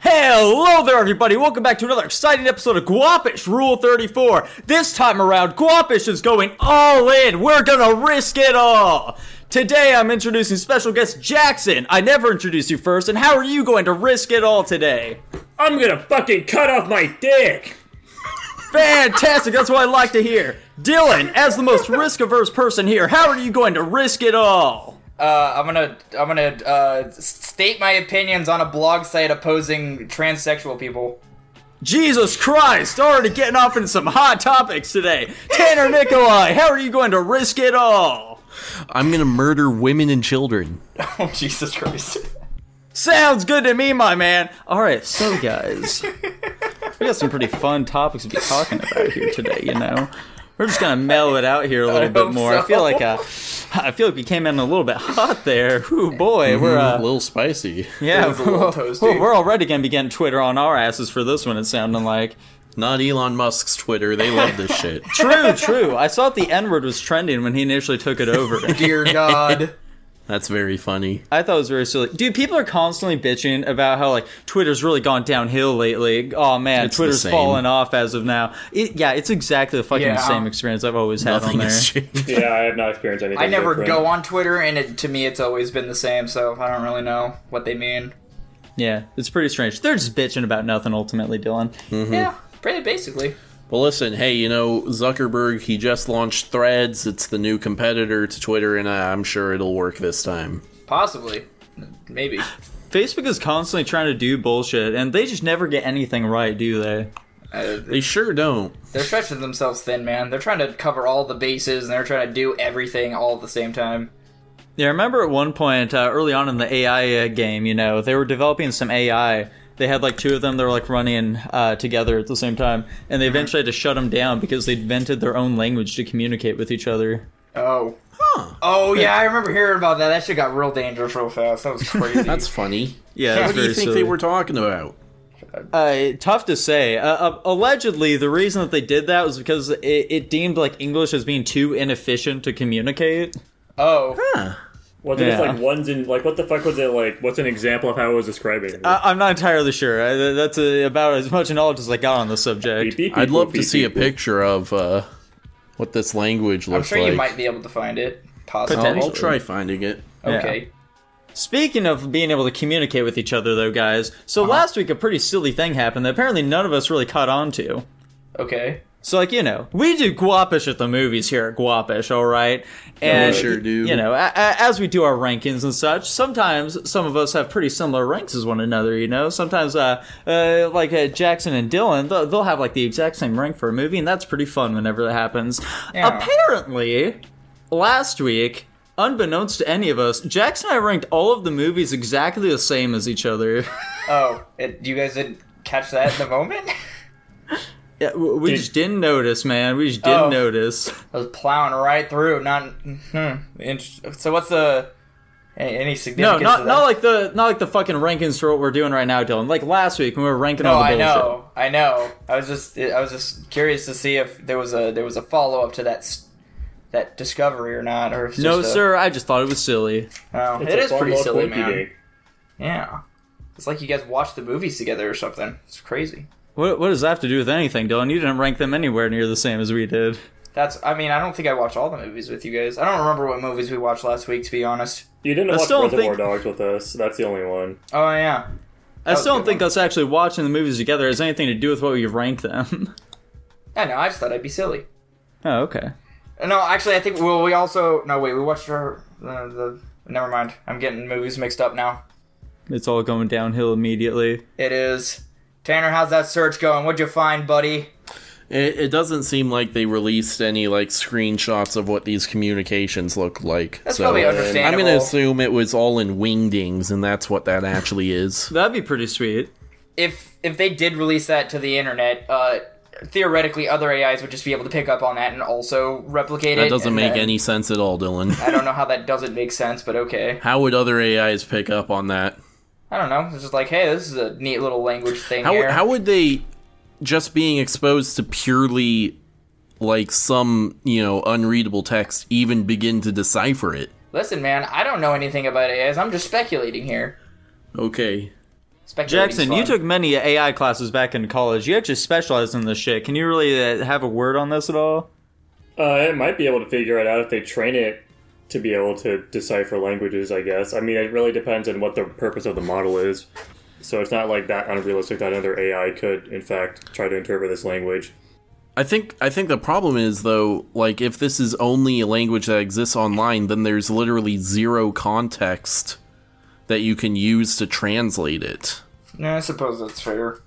Hello there, everybody. Welcome back to another exciting episode of Guapish Rule 34. This time around, Guapish is going all in. We're gonna risk it all. Today, I'm introducing special guest Jackson. I never introduced you first, and how are you going to risk it all today? I'm gonna fucking cut off my dick. Fantastic. That's what I like to hear. Dylan, as the most risk averse person here, how are you going to risk it all? Uh, I'm gonna I'm gonna uh, s- state my opinions on a blog site opposing transsexual people. Jesus Christ, already getting off into some hot topics today. Tanner Nikolai, how are you going to risk it all? I'm gonna murder women and children. Oh Jesus Christ! Sounds good to me, my man. All right, so guys, we got some pretty fun topics to be talking about here today. You know, we're just gonna mellow it out here a little bit hope more. I so. feel like uh, I feel like we came in a little bit hot there. Ooh boy, we're a uh, Mm-hmm. little spicy. yeah, was a little toasty. we're already gonna be getting Twitter on our asses for this one. It's sounding like Not Elon Musk's Twitter. They love this shit. true, true. I saw that the N word was trending when he initially took it over. Dear God! That's very funny. I thought it was very silly. Dude, people are constantly bitching about how like Twitter's really gone downhill lately. Oh man, It's the Twitter's same. fallen off as of now. It, yeah, it's exactly the fucking Yeah. same experience I've always had Nothing on there. has changed. Yeah, I have not experienced anything. I never different. go on Twitter, and it, to me, it's always been the same. So I don't really know what they mean. yeah, it's pretty strange. They're just bitching about nothing ultimately, Dylan. Hmm. Yeah, pretty basically. Well, listen, hey, you know Zuckerberg. He just launched Threads. It's the new competitor to Twitter, and I- I'm sure it'll work this time. Possibly, maybe. Facebook is constantly trying to do bullshit and they just never get anything right, do they? Uh, They sure don't. they're stretching themselves thin, man. They're trying to cover all the bases, and they're trying to do everything all at the same time. Yeah, I remember at one point uh, early on in the AI uh, game, you know, they were developing some AI. They had like two of them that were like running uh, together at the same time, and they eventually had to shut them down because they invented their own language to communicate with each other. Oh. Oh yeah, I remember hearing about that. That shit got real dangerous real fast. That was crazy. That's funny. Yeah, that's what do you very think silly. they were talking about? Uh, tough to say. Uh, uh, allegedly, the reason that they did that was because it, it deemed like English as being too inefficient to communicate. oh. Well, there's Yeah. like ones in like what the fuck was it like? What's an example of how I was describing? it? Uh, I, Uh, I'm not entirely sure. I, th- that's uh about as much knowledge as I got on the Beep, subject. beep, I'd beep, love beep, to see a beep, beep. picture of uh, what this language I'm looks sure like. you might be able to find it. Possibly. I'll, I'll Potentially. try finding it. Okay. Speaking of being able to communicate with each other, though, guys, so last week a pretty silly thing happened that apparently none of us really caught on to. Okay. So, like, you know, we do guapish at the movies here at Guapish, all right? And, sure do. You know, a- a- as we do our rankings and such, sometimes some of us have pretty similar ranks as one another, you know? Sometimes, uh, uh like uh, Jackson and Dylan, they'll, they'll have, like, the exact same rank for a movie, and that's pretty fun whenever that happens. Yeah. Apparently, last week, unbeknownst to any of us, Jackson and I ranked all of the movies exactly the same as each other. Oh, it, you guys didn't catch that in the moment? Yeah, w- we Did- just didn't notice, man. We just didn't Oh. notice. I was plowing right through. Not. Hmm. Inter- so what's the a- any No, significance? not of not that? like the not like the fucking rankings for what we're doing right now, Dylan. Like last week when we were ranking No, all the I bullshit. know. I know. I was just I was just curious to see if there was a there was a follow up to that s- that discovery or not, or if it's No, just a- sir. I just thought it was silly. Oh, It's it a is pretty fun silly, little man. quickie day. Yeah. It's like you guys watched the movies together or something. It's crazy. What what does that have to do with anything, Dylan? You didn't rank them anywhere near the same as we did. That's. I mean, I don't think I watched all the movies with you guys. I don't remember what movies we watched last week, to be honest. You didn't I watch still don't Reservoir think- Dogs with us. so That's the only one. Oh yeah. I was still a don't good think one. us actually watching the movies together has anything to do with what we ranked them. I know. I just thought I'd be silly. oh, okay. Uh, No, actually, I think. Well, we also. No, wait. We watched our. Uh, the. Never mind. I'm getting movies mixed up now. It's all going downhill immediately. It is. Tanner, how's that search going? What'd you find, buddy? It, it doesn't seem like they released any like screenshots of what these communications look like. That's so uh, probably I'm understandable. going to assume it was all in wingdings, and that's what that actually is. That'd be pretty sweet. If if they did release that to the internet, uh, theoretically, other AIs would just be able to pick up on that and also replicate it. That doesn't and make then- any sense at all, Dylan. I don't know how that doesn't make sense, but okay. How would other AIs pick up on that? I don't know. It's just like, hey, this is a neat little language thing How here. how would they just being exposed to purely like some you know unreadable text even begin to decipher it? Listen, man, I don't know anything about AIs. I'm just speculating here. Okay. Speculating Jackson, fun. you took many AI classes back in college. You actually specialized in this shit. Can you really uh, have a word on this at all? Uh, it might be able to figure it out if they train it to be able to decipher languages, I guess. I mean, it really depends on what the purpose of the model is. So it's not like that unrealistic that another AI could, in fact, try to interpret this language. I think I think the problem is though, like if this is only a language that exists online, then there's literally zero context that you can use to translate it. Yeah, I suppose that's fair.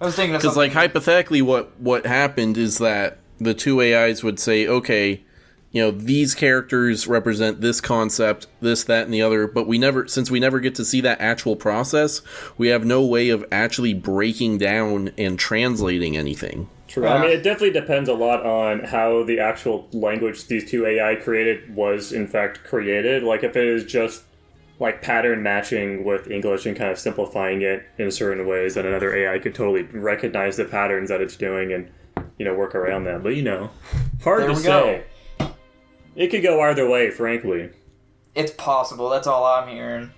I was thinking of Because like something- hypothetically, what what happened is that the two AIs would say, okay, you know these characters represent this concept, this, that, and the other. But we never, since we never get to see that actual process, we have no way of actually breaking down and translating anything. True. I Ah. mean, it definitely depends a lot on how the actual language these two AI created was, in fact, created. Like, if it is just like pattern matching with English and kind of simplifying it in certain ways, then another AI could totally recognize the patterns that it's doing and you know work around that. But you know, hard There to we go. say. It could go either way, frankly. it's possible. That's all I'm hearing.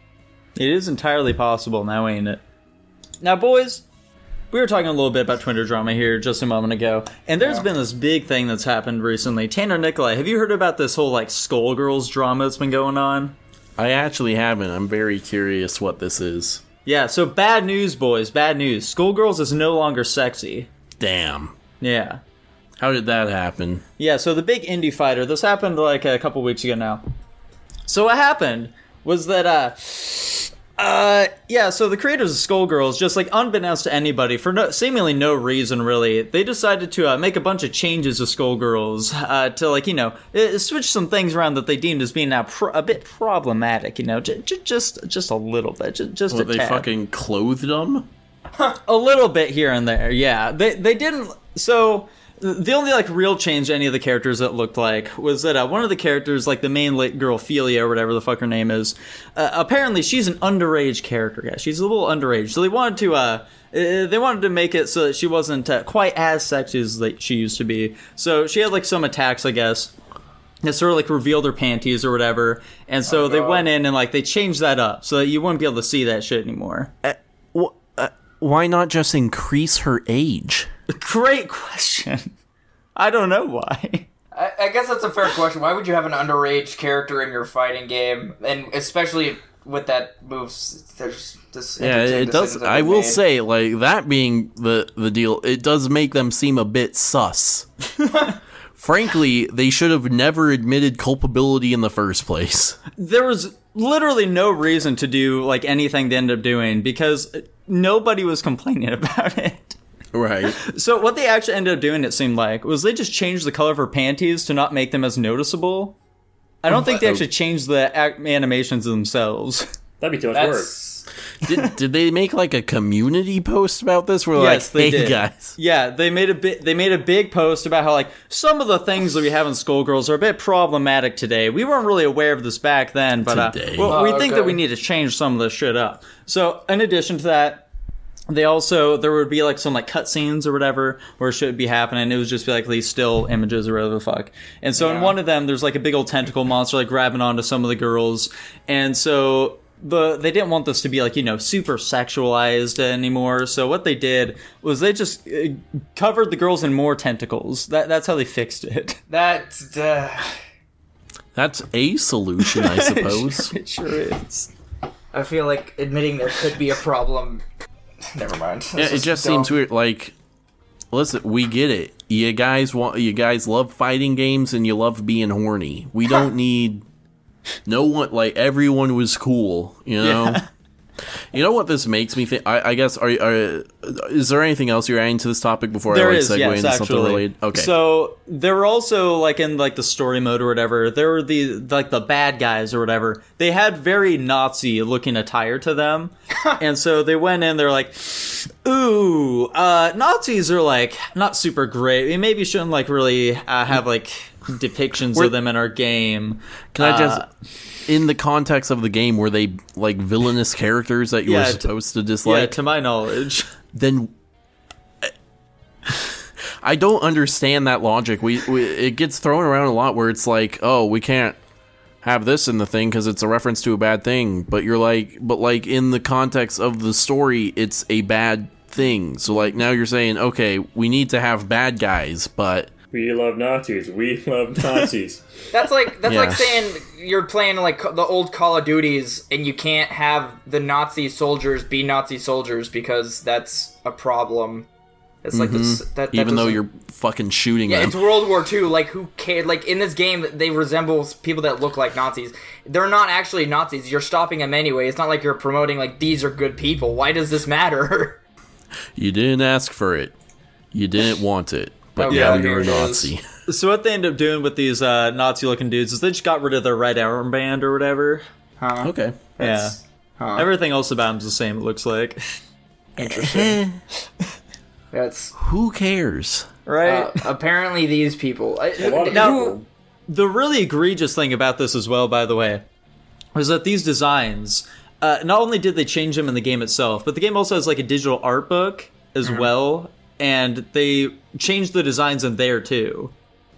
It is entirely possible now, ain't it? Now, boys, we were talking a little bit about Twitter drama here just a moment ago, and there's Yeah. been this big thing that's happened recently. Tanner Nikolai, have you heard about this whole like Skullgirls drama that's been going on? I actually haven't. I'm very curious what this is. Yeah, so bad news, boys, bad news. Skullgirls is no longer sexy. Damn, Yeah. how did that happen? Yeah, so the big indie fighter, this happened like a couple weeks ago now. So what happened was that uh uh yeah, so the creators of Skullgirls just like unbeknownst to anybody for no, seemingly no reason really, they decided to uh, make a bunch of changes to Skullgirls uh to like, you know, uh, switch some things around that they deemed as being now pro- a bit problematic, you know, j- j- just just a little bit, j- just Were a they tad fucking clothed them? a little bit here and there. Yeah, they they didn't. So th- the only like real change to any of the characters that looked like was that uh, one of the characters, like the main lit girl Felia or whatever the fuck her name is, uh, apparently she's an underage character. Yeah, she's a little underage. So they wanted to. Uh, uh, they wanted to make it so that she wasn't uh, quite as sexy as like she used to be. So she had like some attacks, I guess, that sort of like revealed her panties or whatever. And so they God. went in and like they changed that up so that you wouldn't be able to see that shit anymore. Why not just increase her age? Great question. I don't know why. I, I guess that's a fair question. Why would you have an underage character in your fighting game, and especially with that moves? There's this. Yeah, interesting it does. decisions that I they will made. say, like that being the the deal, it does make them seem a bit sus. Frankly, they should have never admitted culpability in the first place. There was literally no reason to do like anything they ended up doing because nobody was complaining about it. Right. So what they actually ended up doing, it seemed like, was they just changed the color of her panties to not make them as noticeable. I don't think they actually changed the ac- animations themselves. That'd be too much work. That's did, did they make like a community post about this? Where Yes, like, they hey did. guys, Yeah, they made a bit. They made a big post about how like some of the things that we have in Skullgirls are a bit problematic today. We weren't really aware of this back then, but uh, Today. well, we Oh, think okay. that we need to change some of this shit up. So, in addition to that, they also there would be like some like cutscenes or whatever where shit would be happening. It would just be like these still images or whatever the fuck. And so in Yeah. one of them, there's like a big old tentacle monster like grabbing onto some of the girls, and so. The, they didn't want this to be like you know super sexualized anymore. So what they did was they just uh, covered the girls in more tentacles. That that's how they fixed it. that's. Uh, that's a solution, I suppose. it sure is. I feel like admitting there could be a problem. Never mind. yeah, it just seems weird. Like, listen, we get it. You guys want you guys love fighting games and you love being horny. We don't need no one. Like everyone was cool, you know. You know what this makes me think? I, I guess are, are is there anything else you're adding to this topic before I There like is, segue yes, into something actually. related? Okay, So there were also like in like the story mode or whatever. There were the like the bad guys or whatever. They had very Nazi looking attire to them, and so they went in. They're like, "Ooh, uh, Nazis are like not super great. We maybe shouldn't like really uh, have like depictions of them in our game." can I just uh, in the context of the game were they like villainous characters that you Yeah, were t- supposed to yeah, dislike? to my knowledge. then uh, I don't understand that logic. We, we it gets thrown around a lot where it's like, oh, we can't have this in the thing because it's a reference to a bad thing. But you're like, but like in the context of the story, it's a bad thing. So like now you're saying, okay, we need to have bad guys, but We love Nazis. We love Nazis. That's like that's Yeah. like saying you're playing like the old Call of Duties and you can't have the Nazi soldiers be Nazi soldiers because that's a problem. It's like this, that, that Mm-hmm. even though doesn't- you're fucking shooting yeah, them, it's World War II. Like who cared? Like in this game, they resemble people that look like Nazis. They're not actually Nazis. You're stopping them anyway. It's not like you're promoting like these are good people. Why does this matter? you didn't ask for it, you didn't want it, but Okay, now here you're a Oh, it is. Nazi. So what they end up doing with these uh, Nazi-looking dudes is they just got rid of their red armband or whatever. okay. That's- yeah. Everything else about him's the same. It looks like, That's Who cares? right? uh, apparently these people. I- lot of who- people. the really egregious thing about this as well, by the way, was that these designs, uh, not only did they change them in the game itself, but the game also has like a digital art book as Mm-hmm. well, and they changed the designs in there too.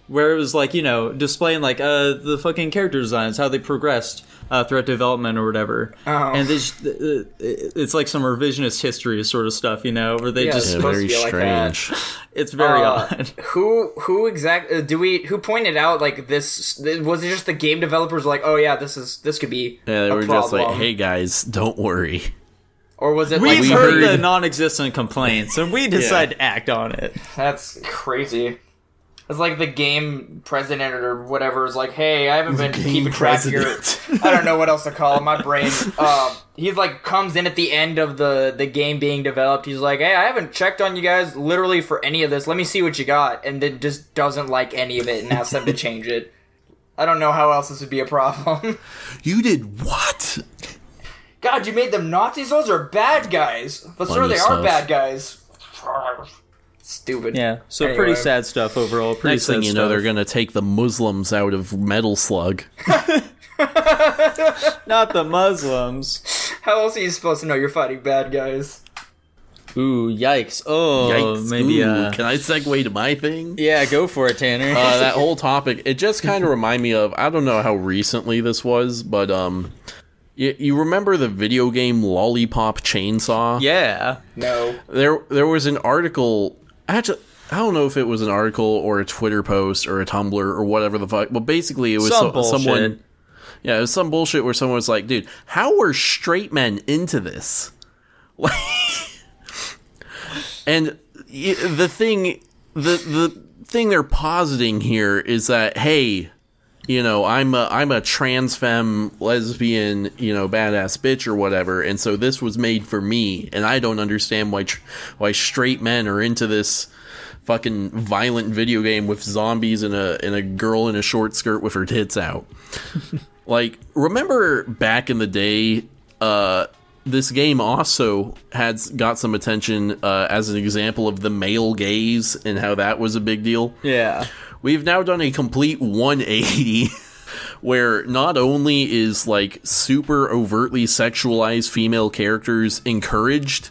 Where it was like, you know, displaying like uh, the fucking character designs, how they progressed uh, throughout development or whatever. Oh. And they just, uh, it's like some revisionist history sort of stuff, you know, where they Yeah, just, Yeah, supposed very to be like that. strange. it's very Uh, odd. who who exactly do we who pointed out like this was it just the game developers like oh yeah this is this could be yeah, they a were problem. just like, "Hey guys, don't worry." or was it We've like we heard, the heard- non-existent complaints, and we decide to act on it. that's crazy it's like the game president or whatever is like hey i haven't been keeping track of your i don't know what else to call him my brain uh, he's like comes in at the end of the the game being developed he's like hey i haven't checked on you guys literally for any of this let me see what you got and then just doesn't like any of it and asks them to change it i don't know how else this would be a problem You did what? God, you made them Nazis? Those are bad guys. But sure, Funny they stuff. are bad guys. Stupid. Yeah, so Anyway. pretty sad stuff overall. Pretty Next sad thing you know, stuff. they're gonna take the Muslims out of Metal Slug. not the Muslims. How else are you supposed to know you're fighting bad guys? Ooh, yikes! Oh, Yikes. maybe. Ooh, uh, can I segue to my thing? yeah, go for it, Tanner. Uh, that whole topic, it just kind of remind me of. I don't know how recently this was, but um, you, you remember the video game Lollipop Chainsaw? yeah, No. there there was an article actually I don't know if it was an article or a Twitter post or a Tumblr or whatever the fuck, but basically it was Some so- someone bullshit. Yeah, it was some bullshit where someone was like, "Dude, how are straight men into this?" Like And y- the thing the the thing they're positing here is that hey, you know, I'm a I'm a trans femme lesbian, you know, badass bitch or whatever, and so this was made for me, and I don't understand why tr- why straight men are into this fucking violent video game with zombies and a and a girl in a short skirt with her tits out. like, remember back in the day, uh, this game also had got some attention uh, as an example of the male gaze and how that was a big deal. yeah. We've now done a complete 180 where not only is like super overtly sexualized female characters encouraged,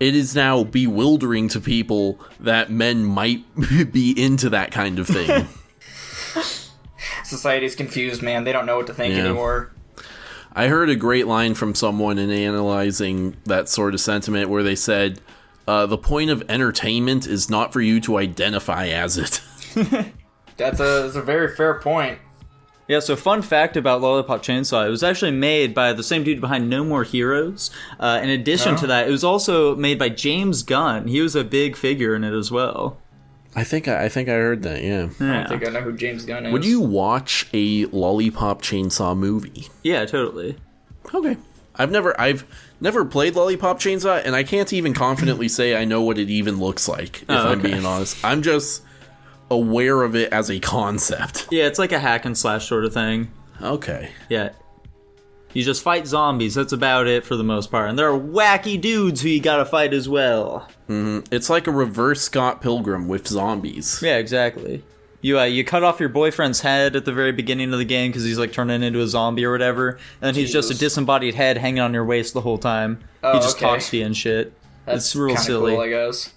it is now bewildering to people that men might be into that kind of thing. Society's confused, man. They don't know what to think Yeah. anymore. I heard a great line from someone in analyzing that sort of sentiment where they said, uh, the point of entertainment is not for you to identify as it. That's a, that's a very fair point. Yeah, so fun fact about Lollipop Chainsaw, it was actually made by the same dude behind No More Heroes. Uh, in addition to that, it was also made by James Gunn. He was a big figure in it as well. I think I, I think I heard that, yeah. I think I know who James Gunn is. Would you watch a lollipop chainsaw movie? Yeah, totally. Okay. I've never I've never played Lollipop Chainsaw and I can't even confidently say I know what it even looks like if I'm Oh, okay. being honest. I'm just aware of it as a concept. Yeah, it's like a hack and slash sort of thing. Okay. Yeah. You just fight zombies. That's about it for the most part. And there are wacky dudes who you gotta fight as well. It's like a reverse Scott Pilgrim with zombies. Yeah, exactly. You uh, you cut off your boyfriend's head at the very beginning of the game because he's like turning into a zombie or whatever, and then he's just a Jesus. disembodied head hanging on your waist the whole time. Oh, he just okay. talks to you and shit. That's it's real kinda silly. Cool, I guess.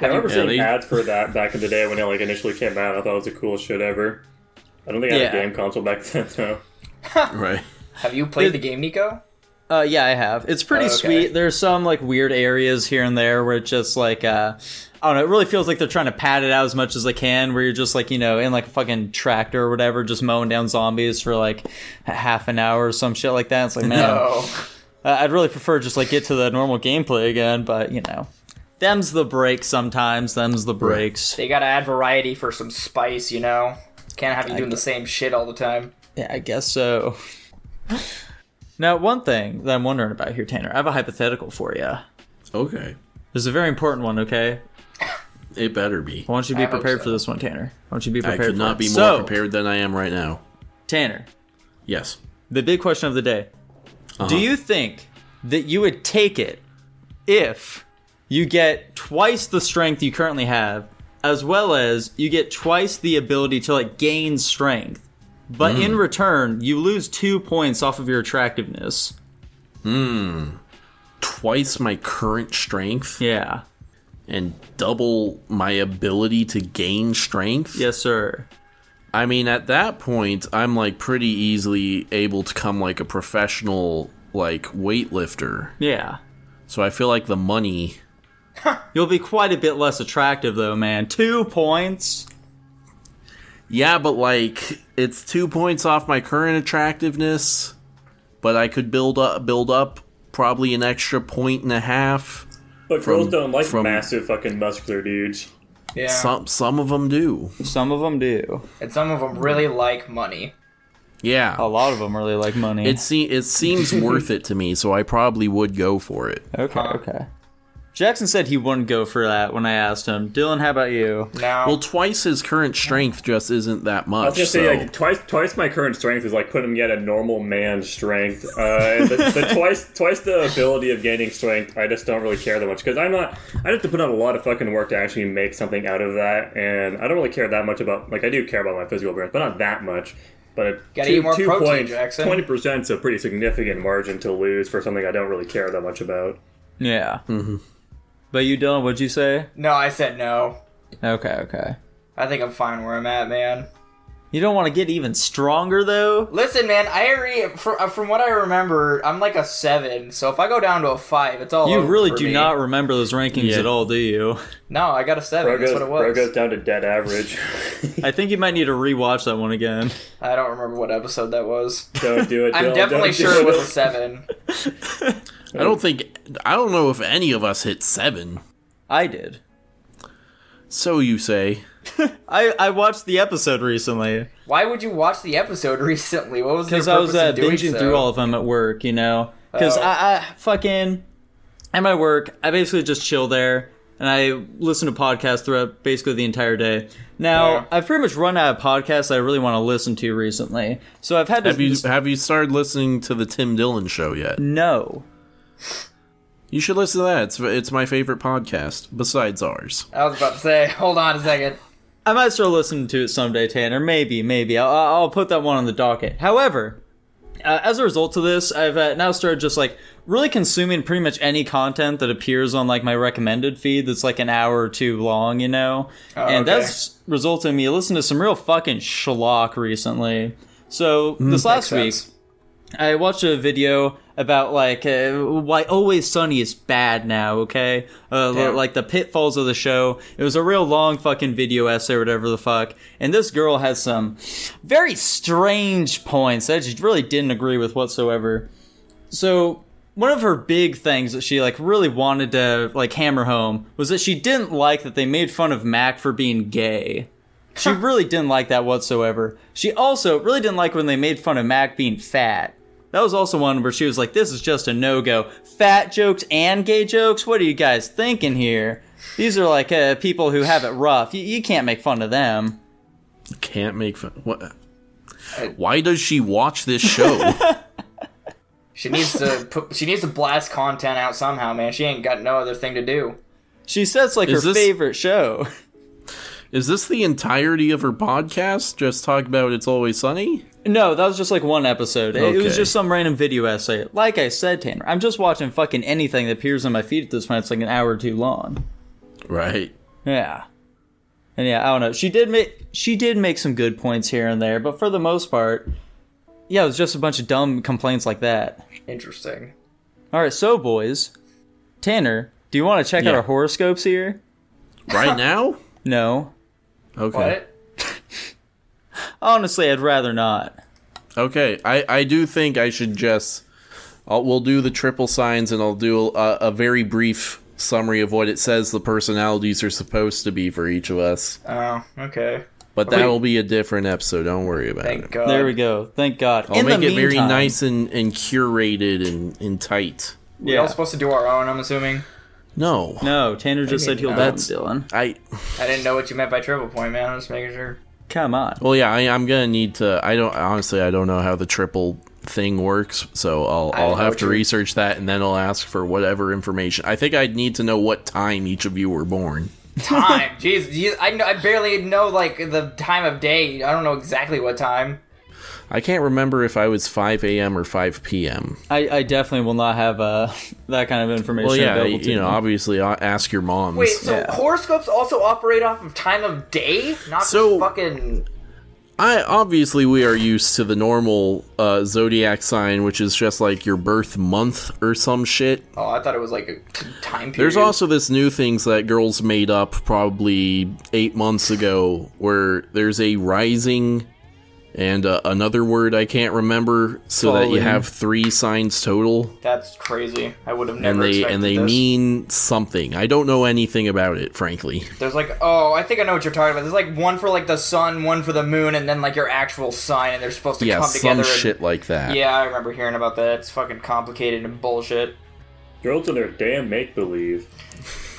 I remember Yeah, seeing they- ads for that back in the day when it like initially came out. I thought it was the coolest shit ever. I don't think I had Yeah. a game console back then though. right? Have you played the game, Nico? Uh, yeah, I have. It's pretty Oh, okay. sweet. There's some like weird areas here and there where it's just like uh, I don't know. It really feels like they're trying to pad it out as much as they can. Where you're just like you know in like a fucking tractor or whatever, just mowing down zombies for like a half an hour or some shit like that. It's like man, No. I- I'd really prefer just like get to the normal gameplay again. But you know, them's the breaks sometimes. Them's the breaks. They gotta add variety for some spice, you know? Can't have you doing the same shit all the time. Yeah, I guess so. now, one thing that I'm wondering about here, Tanner, I have a hypothetical for you. Okay, There's a very important one. Okay, it better be. I want you to be I hope prepared so. for this one, Tanner. I want you to be I prepared. could for not it. be more so, prepared than I am right now. Tanner, Yes. the big question of the day: Uh-huh. Do you think that you would take it if you get twice the strength you currently have, as well as you get twice the ability to like gain strength, but Mm. in return you lose two points off of your attractiveness? Twice my current strength Yeah. and double my ability to gain strength. Yes, sir. I mean, at that point, I'm like pretty easily able to come like a professional like weightlifter. Yeah. So I feel like the money. You'll be quite a bit less attractive though, man. Two points. Yeah, but like it's two points off my current attractiveness, but I could build up build up probably an extra point and a half. But girls don't like from- massive fucking muscular dudes. Yeah. Some some of them do. Some of them do. and some of them really like money. A Yeah. lot of them really like money. It se- it seems worth it to me, so I probably would go for it. okay, okay. Um, Jackson said he wouldn't go for that when I asked him. Dylan, how about you? Now, Well, twice his current strength just isn't that much. I was gonna so- say like twice twice my current strength is like putting me at a normal man's strength. Uh, and the, the twice twice the ability of gaining strength, I just don't really care that much because I'm not. I have to put on a lot of fucking work to actually make something out of that, and I don't really care that much about. Like I do care about my physical appearance, but not that much. But Gotta eat more protein, Jackson. Twenty percent is a pretty significant margin to lose for something I don't really care that much about. Yeah. Mm-hmm. But you, Dylan, what'd you say? no, I said no. Okay, okay. I think I'm fine where I'm at, man. You don't want to get even stronger though. Listen, man, I already from, from what I remember, I'm like a seven. So if I go down to a five, it's all You over really for do me. not remember those rankings Yeah. at all, do you? No, I got a seven. Bro That's goes, what it bro was. goes down to dead average. I think you might need to rewatch that one again. I don't remember what episode that was. don't do it. I'm Dylan, definitely don't do sure it was a it. seven. I don't think I don't know if any of us hit seven. I did. So you say? I I watched the episode recently. Why would you watch the episode recently? What was because your I was purpose uh, in doing binging so? through all of them at work, you know. Because Oh. I, I fucking at my work, I basically just chill there and I listen to podcasts throughout basically the entire day. Now Yeah. I've pretty much run out of podcasts I really want to listen to recently, so I've had to Have you have you started listening to the Tim Dillon show yet? no. You should listen to that. It's it's my favorite podcast besides ours. I was about to say, hold on a second. I might start listening to it someday, Tanner. Maybe, maybe. I'll, I'll I'll put that one on the docket. However, uh, as a result of this, I've uh, now started just like really consuming pretty much any content that appears on like my recommended feed that's like an hour or two long, you know? and Oh, okay. that's resulted in me listening to some real fucking schlock recently. So this last week, Hmm. sense. I watched a video about like uh, why Always Sunny is bad now. Okay, uh, li- Damn. like the pitfalls of the show. It was a real long fucking video essay or whatever the fuck. And this girl has some very strange points that I just really didn't agree with whatsoever. So one of her big things that she like really wanted to like hammer home was that she didn't like that they made fun of Mac for being gay. She really didn't like that whatsoever. She also really didn't like when they made fun of Mac being fat. That was also one where she was like, this is just a no go. Fat jokes and gay jokes? What are you guys thinking here? These are like uh, people who have it rough. You, you can't make fun of them. Can't make fun. What? Why does she watch this show? She needs to put, she needs to blast content out somehow, man. She ain't got no other thing to do. She says like Is her this- favorite show. Is this the entirety of her podcast? Just talk about it's always sunny. No, that was just like one episode. It, it was Okay. just some random video essay. Like I said, Tanner, I'm just watching fucking anything that appears on my feed at this point. It's like an hour or two long. Right. Yeah. And yeah, I don't know. She did make she did make some good points here and there, but for the most part, yeah, it was just a bunch of dumb complaints like that. Interesting. All right, so boys, Tanner, do you want to check out Yeah. our horoscopes here? Right now? No, Okay. What? honestly, I'd rather not. Okay, I, I do think I should just. I'll, we'll do the triple signs and I'll do a, a very brief summary of what it says the personalities are supposed to be for each of us. Oh, okay. But that will be a different episode. Don't worry about Thank it. God. There we go. Thank God. Uh, I'll In make the it very meantime- nice and, and curated and, and tight. We're all supposed to do our own. I'm assuming. No. No, Tanner just said he'll do it, That's- Dylan. I I didn't know what you meant by triple point, man. I'm just making sure. Come on. well yeah I, I'm gonna need to I don't honestly I don't know how the triple thing works so I'll don't I'll know have what to you're- research that and then I'll ask for whatever information I think I'd need to know what time each of you were born Time, jeez, jeez, I know, I barely know like the time of day. I don't know exactly what time. I can't remember if I was 5 a.m. or 5 p.m. I, I definitely will not have uh, that kind of information Well, yeah, available to you me. know, obviously, I- ask your moms. Wait, so Yeah. horoscopes also operate off of time of day, not So- just fucking. I obviously we are used to the normal uh, zodiac sign, which is just like your birth month or some shit. Oh, I thought it was like a t- time period. There's also this new things that girls made up probably eight months ago, where there's a rising and uh, another word I can't remember, so that you Falling. have three signs total. that's crazy. I would have never And they expected and they this. mean something. I don't know anything about it, frankly. There's like, oh, I think I know what you're talking about. There's like one for like the sun, one for the moon, and then like your actual sign, and they're supposed to Yeah, come some together. and- shit like that. Yeah, I remember hearing about that. It's fucking complicated and bullshit. Girls and their damn make believe.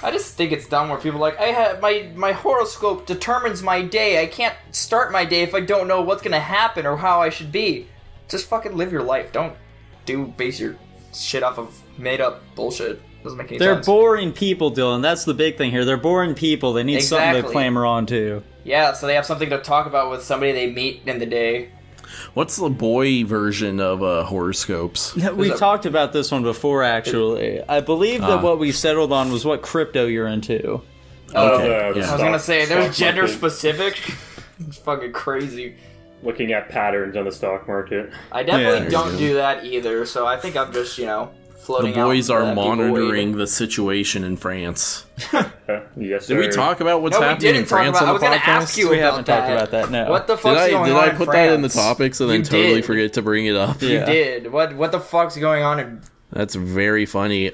I just think it's dumb where people are like I have my my horoscope determines my day. I can't start my day if I don't know what's gonna happen or how I should be. Just fucking live your life. Don't do base your shit off of made up bullshit. Doesn't make any They're sense. boring people, Dylan. That's the big thing here. They're boring people. They need something to Exactly. clamor on to. yeah, so they have something to talk about with somebody they meet in the day. What's the boy version of uh, horoscopes? We that- talked about this one before, actually. I believe Uh. that what we settled on was what crypto you're into. Okay, Oh, the yeah. I Um, I was gonna stock- say there's stock gender market, specific. it's fucking crazy. Looking at patterns on the stock market. I definitely Yeah. don't do that either. So I think I'm just you know The floating. out boys to are let people wait. monitoring the situation in France. Uh, yes, Did we talk about what's No, we happening didn't in France talk about. on I the was podcast? gonna ask you We about haven't talked about that, no. What the did fuck's I going did on? I put that in the France? topics and You then totally did. forget to bring it up? Yeah. You did. What what the fuck's going on? In... That's very funny.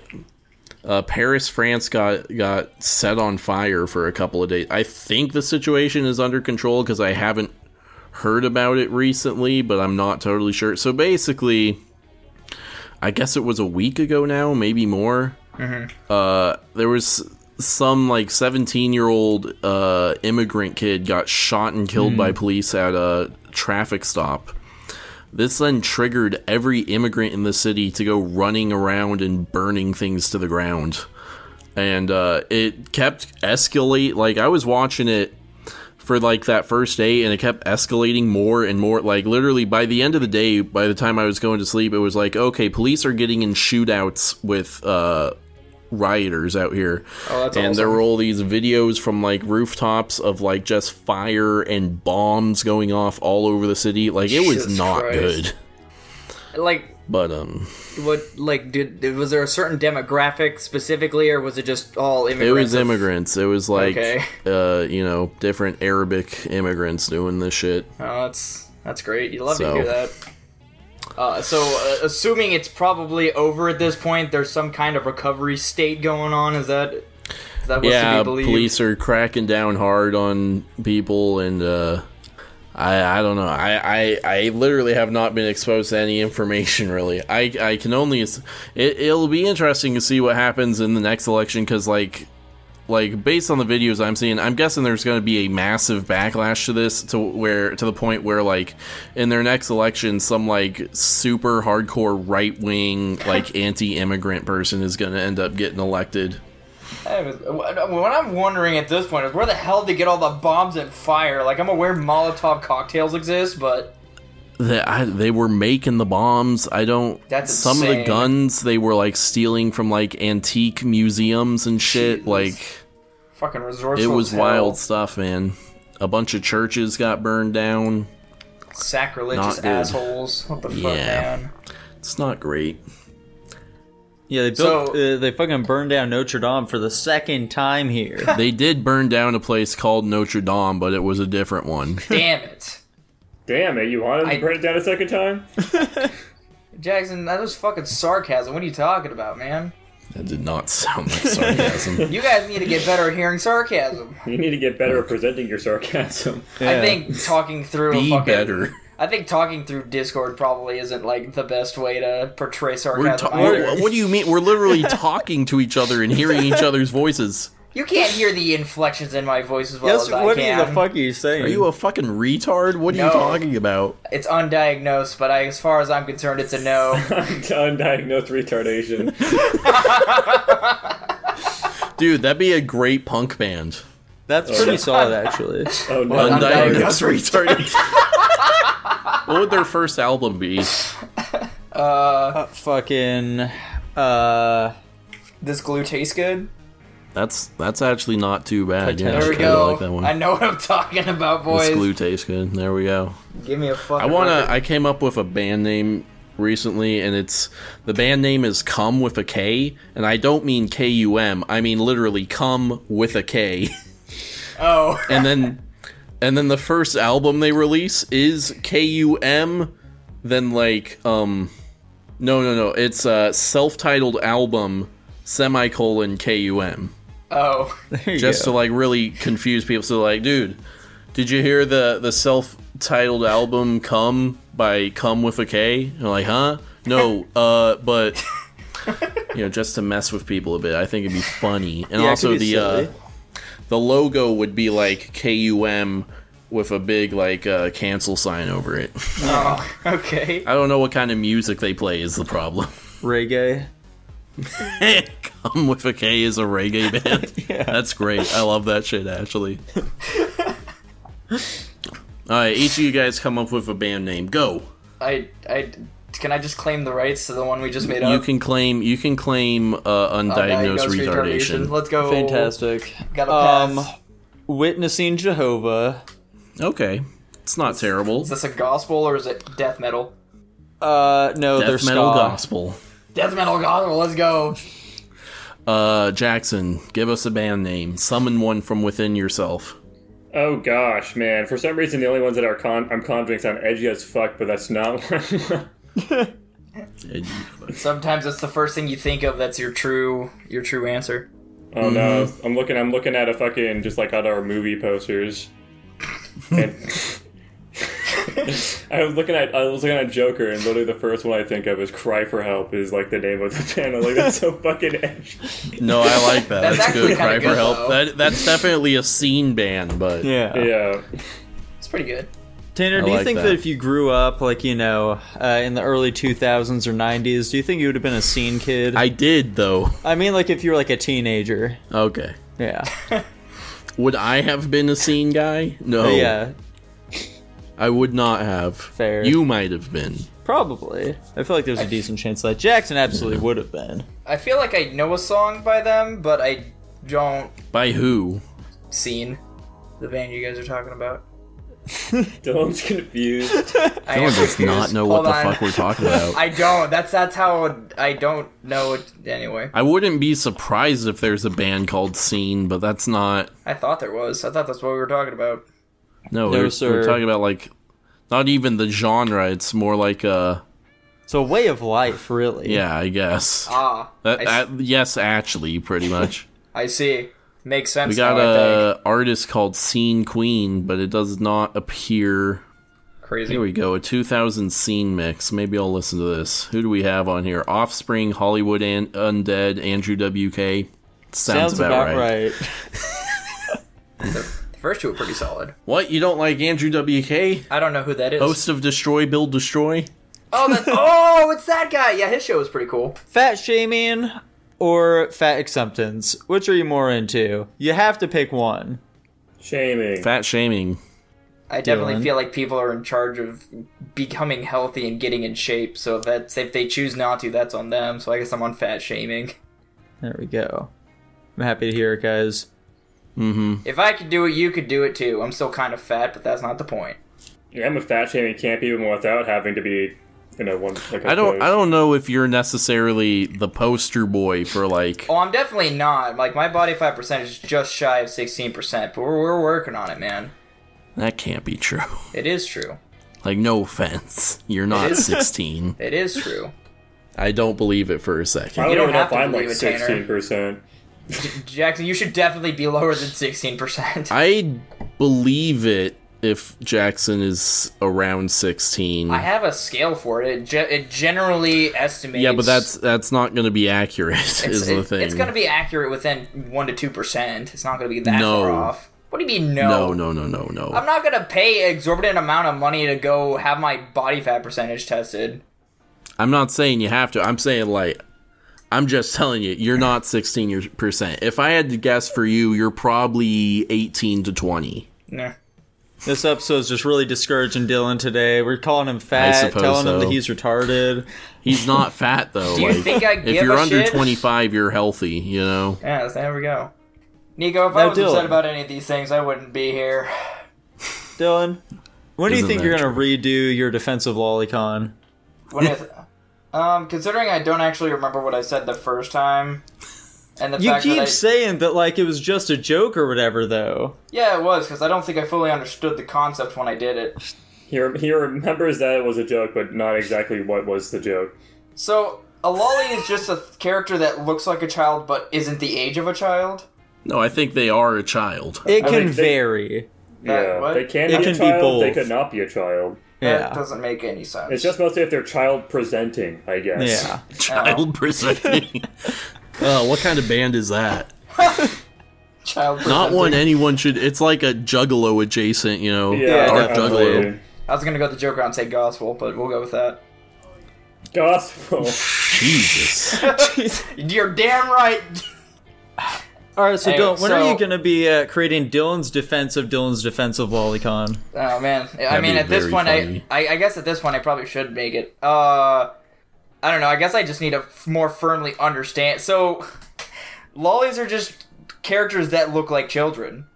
Uh, Paris, France got got set on fire for a couple of days. I think the situation is under control because I haven't heard about it recently, but I'm not totally sure. So basically, I guess it was a week ago now, maybe more. Uh, there was some like 17 year old uh, immigrant kid got shot and killed by police at a traffic stop. This then triggered every immigrant in the city to go running around and burning things to the ground. And uh, it kept escalate. Like, I was watching it for like that first day, and it kept escalating more and more. Like, literally, by the end of the day, by the time I was going to sleep, it was like, okay, police are getting in shootouts with uh, rioters out here. Oh, that's and awesome. there were all these videos from like rooftops of like just fire and bombs going off all over the city. Like, it was Jesus not Christ. good. Like But um, what? Like did was there a certain demographic specifically, or was it just all immigrants? it was of- immigrants. It was like Okay. uh, you know, different Arabic immigrants doing this shit. Oh, that's that's great. You love So. to hear that. Uh, so uh, assuming it's probably over at this point, there's some kind of recovery state going on. Is that is that what's to yeah, be believed? police are cracking down hard on people, and uh, I I don't know. I, I I literally have not been exposed to any information really. I I can only ass- it, it'll be interesting to see what happens in the next election because like. Like based on the videos I'm seeing, I'm guessing there's going to be a massive backlash to this, to where to the point where like in their next election, some like super hardcore right wing like anti-immigrant person is going to end up getting elected. Hey, but What what I'm wondering at this point is where the hell did they get all the bombs and fire? Like I'm aware Molotov cocktails exist, but that I, they were making the bombs. I don't. That's some of the insane. guns they were like stealing from like antique museums and shit. Jesus. Like fucking resourceful. it was as hell. wild stuff, man. A bunch of churches got burned down. Sacrilegious Not good. assholes. What the fuck, Yeah. man? It's not great. Yeah, they built, So- uh, they fucking burned down Notre Dame for the second time here. They did burn down a place called Notre Dame, but it was a different one. Damn it. Damn it, you wanted I- to burn it down a second time? Jackson, that was fucking sarcasm. What are you talking about, man? That did not sound like sarcasm. You guys need to get better at hearing sarcasm. You need to get better at presenting your sarcasm. I Yeah. think talking through a Be fucking better. I think talking through Discord probably isn't like the best way to portray We're sarcasm. ta- either. what, what do you mean? We're literally talking to each other and hearing each other's voices. You can't hear the inflections in my voice as well Yes, as I what can. the fuck are you saying? Are you a fucking retard? What are No. you talking about? It's undiagnosed, but I, as far as I'm concerned, it's a no. Undiagnosed retardation. Dude, that'd be a great punk band. That's pretty solid, actually. Oh no. Well, Undiagnosed Undiagnosed retarded. what would their first album be? Uh, fucking. Uh, This glue tastes good. That's that's actually not too bad. Yeah, There There we we I go. like that one. I know what I'm talking about, boys. This glue tastes good. There we go. Give me a fucking. I wanna. record. I came up with a band name recently, and it's the band name is Come with a K, and I don't mean K U M. I mean literally Come with a K. Oh, And then, and then the first album they release is K U M. Then like um, no no no, it's a self-titled album semicolon K U M. oh. there you just go. to like really confuse people. So like, dude, did you hear the the self titled album "Come" by Come with a K? And they're like, huh? No, uh, but you know, just to mess with people a bit, I think it'd be funny. And Yeah, it also could be the uh, silly. the logo would be like K U M with a big like uh, cancel sign over it. Oh, okay. I don't know what kind of music they play is the problem. reggae. Come with a K is a reggae band. That's great. I love that shit actually. All right, each of you guys come up with a band name. Go. I, I, can I just claim the rights to the one we just made up? You can claim. You can claim uh, Undiagnosed undiagnosed retardation. Let's go. Fantastic. Got a pass. Um, witnessing Jehovah. Okay, it's not terrible. Is this a gospel or is it death metal? Uh, no, they're Death metal ska. gospel. Death metal gospel. Let's go. Uh, Jackson, give us a band name. Summon one from within yourself. Oh gosh, man. For some reason, the only ones that are con- I'm conjuring sound edgy as fuck, but that's not. Ed- Sometimes it's the first thing you think of. That's your true, your true answer. oh no, I'm looking. I'm looking at a fucking just like at our movie posters. And I was looking at I was looking at Joker, and literally the first one I think of is "Cry for Help" is like the name of the band. I'm like that's so fucking edgy. No, I like that. That's that's actually good. Cry kinda for good, help. though. That, that's definitely a scene band, but Yeah. Yeah. It's pretty good. Tanner, do I you like think that. that. if you grew up, like, you know, uh, in the early 2000s or 90s, do you think you would have been a scene kid? I did though. I mean, like, if you were, like, a teenager. Okay. Yeah. Would I have been a scene guy? No. Yeah, I would not have. Fair. You might have been. probably. I feel like there's a decent chance that Jackson absolutely would have been. I feel like I know a song by them, but I don't By who? seen the band you guys are talking about. Dylan's confused. I am No one does confused. not know Hold what the on. fuck we're talking about. I, I don't. That's that's how it- I don't know it anyway. wouldn't be surprised if there's a band called Scene, but that's not. I thought there was. I thought that's what we were talking about. No, we're, sir. we're talking about like not even the genre. It's more like uh It's a way of life, really. yeah, I guess. Ah, that, I, s- that- yes, actually, pretty much. I see. Makes sense. We got now, I think. a artist called Scene Queen, but it does not appear. crazy. Here we go, a 2000 scene mix. Maybe I'll listen to this. Who do we have on here? Offspring, Hollywood An- Undead, Andrew WK. Sounds, Sounds about, right. The first two are pretty solid. What? You don't like Andrew WK? I don't know who that is. Host of Destroy, Build, Destroy? Oh, that, oh, it's that guy. Yeah, his show was pretty cool. Fat shaming or fat acceptance? Which are you more into? You have to pick one. Shaming. Fat shaming. I definitely Dylan. feel like people are in charge of becoming healthy and getting in shape. So if that's if they choose not to, that's on them. So I guess I'm on fat shaming. There we go. I'm happy to hear it, guys. If I could do it, you could do it too. I'm still kind of fat, but that's not the point. Yeah, I'm a fat shaming camp even without having to be, you know, one. Like, I don't. opposed. I don't know if you're necessarily the poster boy for like. Oh, I'm definitely not. Like my body fat percentage is just shy of 16%, but we're, we're working on it, man. That can't be true. It is true. Like, no offense, you're not 16. It is true. I don't believe it for a I second. don't You don't even know have if to I'm like believe it, Tanner. sixteen percent. J- Jackson, you should definitely be lower than 16%. I believe it if Jackson is around 16. I have a scale for it. It, ge- it generally estimates. yeah, but that's that's not going to be accurate. it's, is the it- thing. It's going to be accurate within 1% to 2%. It's not going to be that No. far off. What do you mean, no? no, no, no, no, no. I'm not going to pay exorbitant amount of money to go have my body fat percentage tested. I'm not saying you have to. I'm saying like I'm just telling you, you're not 16%. If I had to guess for you, you're probably 18 to 20. Nah. This episode's just really discouraging Dylan today. We're calling him fat, suppose telling him that so. he's retarded. He's not fat though. Do you like, think I if give you're a under shit? 25, you're healthy, you know. Yeah, so there we go. Nico, if I Now, was upset Dylan. about any of these things, I wouldn't be here. Dylan, when do you Isn't think you're that going to redo your defensive lolicon? When if, um, considering I don't actually remember what I said the first time, and the You fact that I, keep saying that like it was just a joke or whatever, though. yeah, it was because I don't think I fully understood the concept when I did it. He, rem- he remembers that it was a joke, but not exactly what was the joke. So a lolly is just a th- character that looks like a child but isn't the age of a child. No, I think they are a child. It can mean, they- vary. That- yeah, what? they can It be can a be child. They both. could not be a child. That Yeah, doesn't make any sense. It's just mostly if they're child presenting, I guess. yeah. Child presenting. Oh, what kind of band is that? child. Not presenting. one anyone should. It's like a Juggalo adjacent, you know. Yeah, Yeah, Dark absolutely. Juggalo. I was gonna go the joke route and say gospel, but we'll go with that. Gospel. Jesus. You're damn right. All right, so Anyway, Dylan, when are so- you going to be uh, creating Dylan's defense of Dylan's defense of lolicon? Oh man, I That'd mean, be at this very point, I, funny. I I guess at this point, I probably should make it. Uh, I don't know. I guess I just need to f- more firmly understand. So, lollies are just characters that look like children.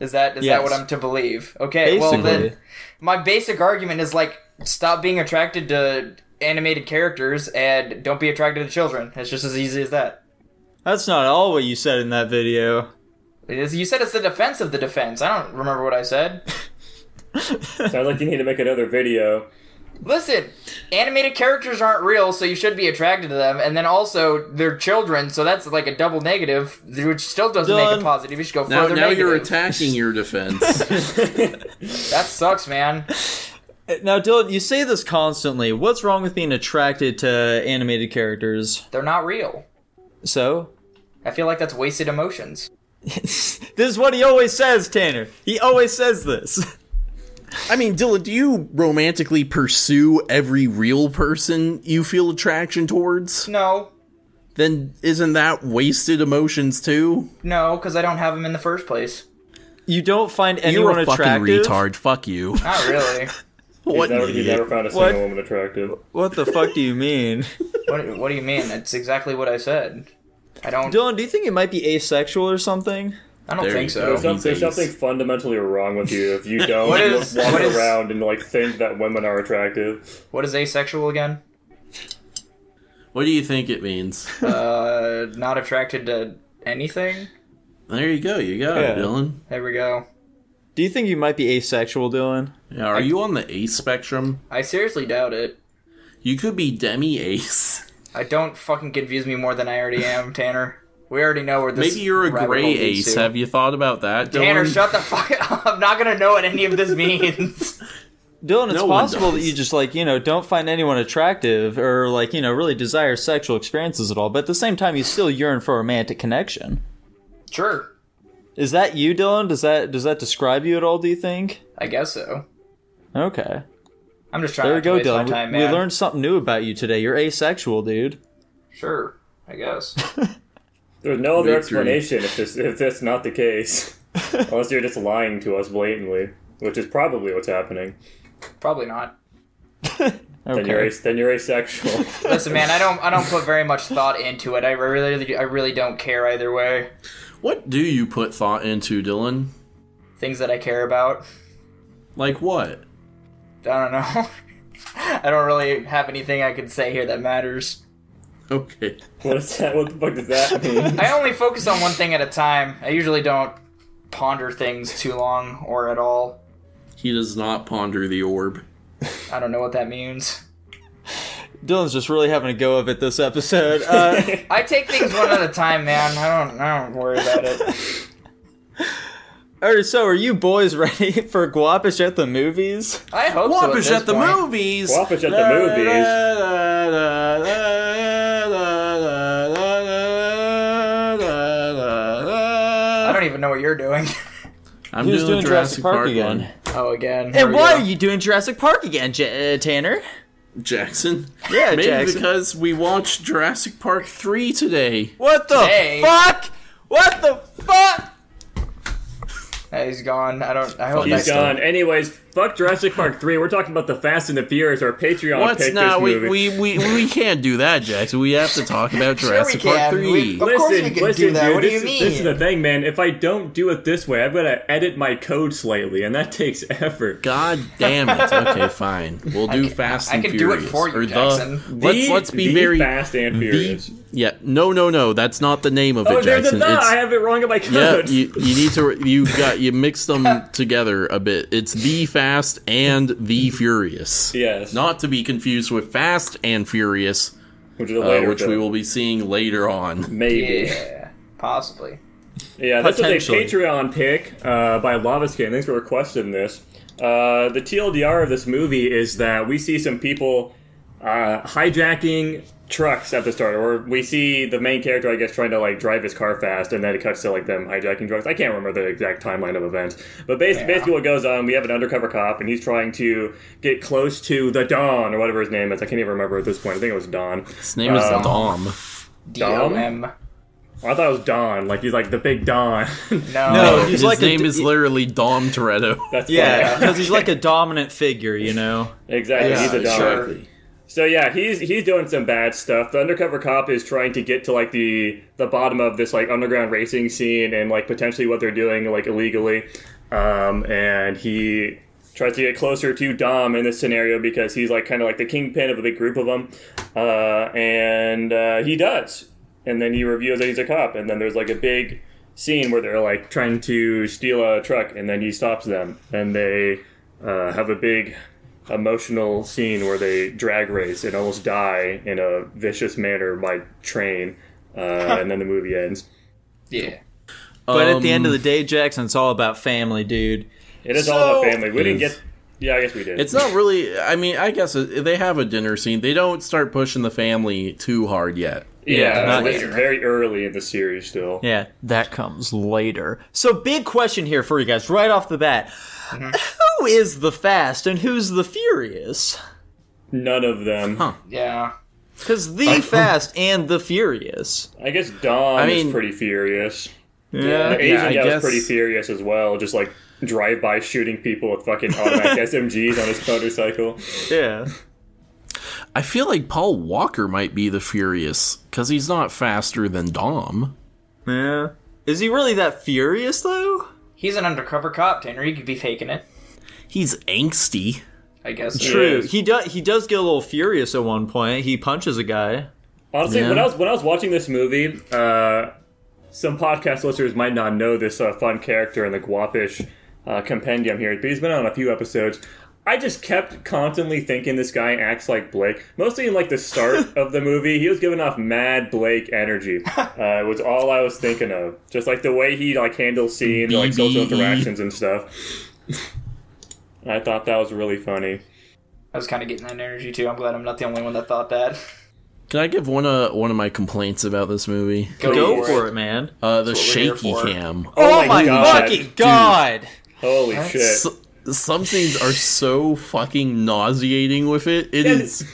Is that is that Yes. what I'm to believe? Okay, well then, Basically. my basic argument is like stop being attracted to animated characters and don't be attracted to children. It's just as easy as that. That's not all what you said in that video. It is- You said it's the defense of the defense. I don't remember what I said. Sounds like you need to make another video. Listen, animated characters aren't real, so you should be attracted to them. And then also, they're children, so that's like a double negative, which still doesn't make Done. it positive. You should go Now, further now negative. you're attacking your defense. that sucks, man. Now, Dylan, you say this constantly. What's wrong with being attracted to animated characters? They're not real. So? I feel like that's wasted emotions. this is what he always says, Tanner. He always says this. I mean, Dylan, do you romantically pursue every real person you feel attraction towards? No, Then isn't that wasted emotions too? no, because I don't have them in the first place. You don't find You're anyone a fucking attractive. retard. Fuck you. Not really. What He's never, an he's idiot. never found a single What? woman attractive. What the fuck do you mean? what, what do you mean? That's exactly what I said. I don't. Dylan, do you think it might be asexual or something? I don't There think you go. so. There's, some- he there's thinks- something fundamentally wrong with you if you don't What is- walk what is- around and like think that women are attractive. What is asexual again? What do you think it means? Uh, not attracted to anything. there you go. You got it, Yeah. Dylan. There we go. Do you think you might be asexual, Dylan? Yeah, are you on the ace spectrum? I seriously doubt it. You could be demi ace. I don't fucking confuse me more than I already am, Tanner. We already know where this. Maybe you're a rabbit hole gray leads ace. to. Have you thought about that, Dylan? Tanner, shut the fuck up! I'm not gonna know what any of this means. Dylan, it's No one possible that does. you just like, you know, don't find anyone attractive or like, you know, really desire sexual experiences at all, but at the same time you still yearn for a romantic connection. sure, Is that you, Dylan? Does that does that describe you at all, do you think? I guess so. Okay. I'm just trying There we not to go, Dylan. waste my We- time, we, man. learned something new about you today. You're asexual, dude. Sure, I guess. There's no other Victory. explanation if this if that's not the case, unless you're just lying to us blatantly, which is probably what's happening. Probably not. Then you're Okay. as, then you're asexual. Listen, man, I don't. I don't put very much thought into it. I really, I really don't care either way. What do you put thought into, Dylan? Things that I care about. Like what? I don't know. I don't really have anything I could say here that matters. Okay. What is that? What the fuck does that mean? I only focus on one thing at a time. I usually don't ponder things too long or at all. He does not ponder the orb. I don't know what that means. Dylan's just really having a go of it this episode. Uh, I take things one at a time, man. I don't. I don't worry about it. all right, so are you boys ready for Guapish at the movies? I hope so. Guapish this at the point. movies. Guapish at the movies. I don't even know what you're doing. I'm Who's doing, doing Jurassic, Park, again. oh, again. here And we why go. are you doing Jurassic Park again, J- uh, Tanner? Jackson. Yeah, Maybe Jackson. because we watched Jurassic Park 3 today. What the Today- fuck? What the fuck? Hey, he's gone. I don't. I hope He's that's He's gone. Anyways, fuck Jurassic Park 3. We're talking about the Fast and the Furious. Our Patreon What's picked not? this We, movie. we, we, we can't do that, Jackson. We have to talk about Jurassic we Park can. 3. We- Of course we can do that. dude, What do this you is- This is mean? the thing, man. If I don't do it this way, I've got to edit my code slightly, and that takes effort. God damn it. Okay, fine. We'll do can- Fast I and can do it Furious. for you, or Jackson. The, let's, The- let's be the very. Fast and Furious. the- yeah, no, no, no. That's not the name of oh, it, there's a Jackson. the. It's- I have it wrong in my yeah, code. you, you need to. You got you mixed them together a bit. It's the Fast and the Furious. yes. Not to be confused with Fast and Furious, which is a uh, later which we film. will be seeing later on. Maybe. Yeah, possibly. Yeah, this is a Potentially. Patreon pick uh, by Lavaskin. Thanks for requesting this. Uh, the TLDR of this movie is that we see some people uh, hijacking trucks at the start, or we see the main character, I guess, trying to like drive his car fast, and then it cuts to like them hijacking trucks. I can't remember the exact timeline of events, but basically, basically what goes on, we have an undercover cop, and he's trying to get close to the Don or whatever his name is. I can't even remember at this point. I think it was Don. His name is Um, Dom. D O M. I thought it was Don, like he's like the big Don. No. No. he's His like a name d- is literally Dom Toretto. That's Yeah, funny. because he's like a dominant figure, you know. Exactly, Yeah, he's a Don. sure. So yeah, he's he's doing some bad stuff. The undercover cop is trying to get to like the the bottom of this like underground racing scene and like potentially what they're doing like illegally. Um, and he tries to get closer to Dom in this scenario because he's like kind of like the kingpin of a big group of them. Uh, and uh, he does. And then he reveals that he's a cop. And then there's like a big scene where they're like trying to steal a truck, and then he stops them, and they uh, have a big emotional scene where they drag race and almost die in a vicious manner by train, uh, and then the movie ends. Yeah. But at the end of the day, Jackson, it's all about family, dude. It is all So- about family. We didn't Yes. get. Yeah, I guess we did. It's not really. I mean, I guess it- they have a dinner scene. They don't start pushing the family too hard yet. yeah, yeah, not it's later. very early in the series still. Yeah, that comes later. So, big question here for you guys right off the bat: Who is the fast and who's the furious? None of them. Huh. Yeah. Because the fast and the furious. I guess Dom I mean- is pretty furious. Yeah. The Asian I guy guess- was pretty furious as well, just like drive by shooting people with fucking automatic SMGs on his motorcycle. Yeah. I feel like Paul Walker might be the Furious because he's not faster than Dom. Yeah. Is he really that furious though? He's an undercover cop, Tanner. He could be faking it. He's angsty. I guess. True. Yes. He does. He does get a little furious at one point. He punches a guy. Honestly, Yeah. when I was when I was watching this movie, uh, some podcast listeners might not know this uh, fun character in the Guapish uh, compendium here, but he's been on a few episodes. I just kept constantly thinking this guy acts like Blake. Mostly in like the start of the movie, he was giving off mad Blake energy. Uh, was all I was thinking of, just like the way he like handles scenes, like social BBE. interactions and stuff. I thought that was really funny. I was kind of getting that energy too. I'm glad I'm not the only one that thought that. Can I give one of one of my complaints about this movie? Go for it, man. Uh, the That's what we're here shaky for. cam. Oh, my my God. fucking god! Holy shit! S- some things are so fucking nauseating with it. It is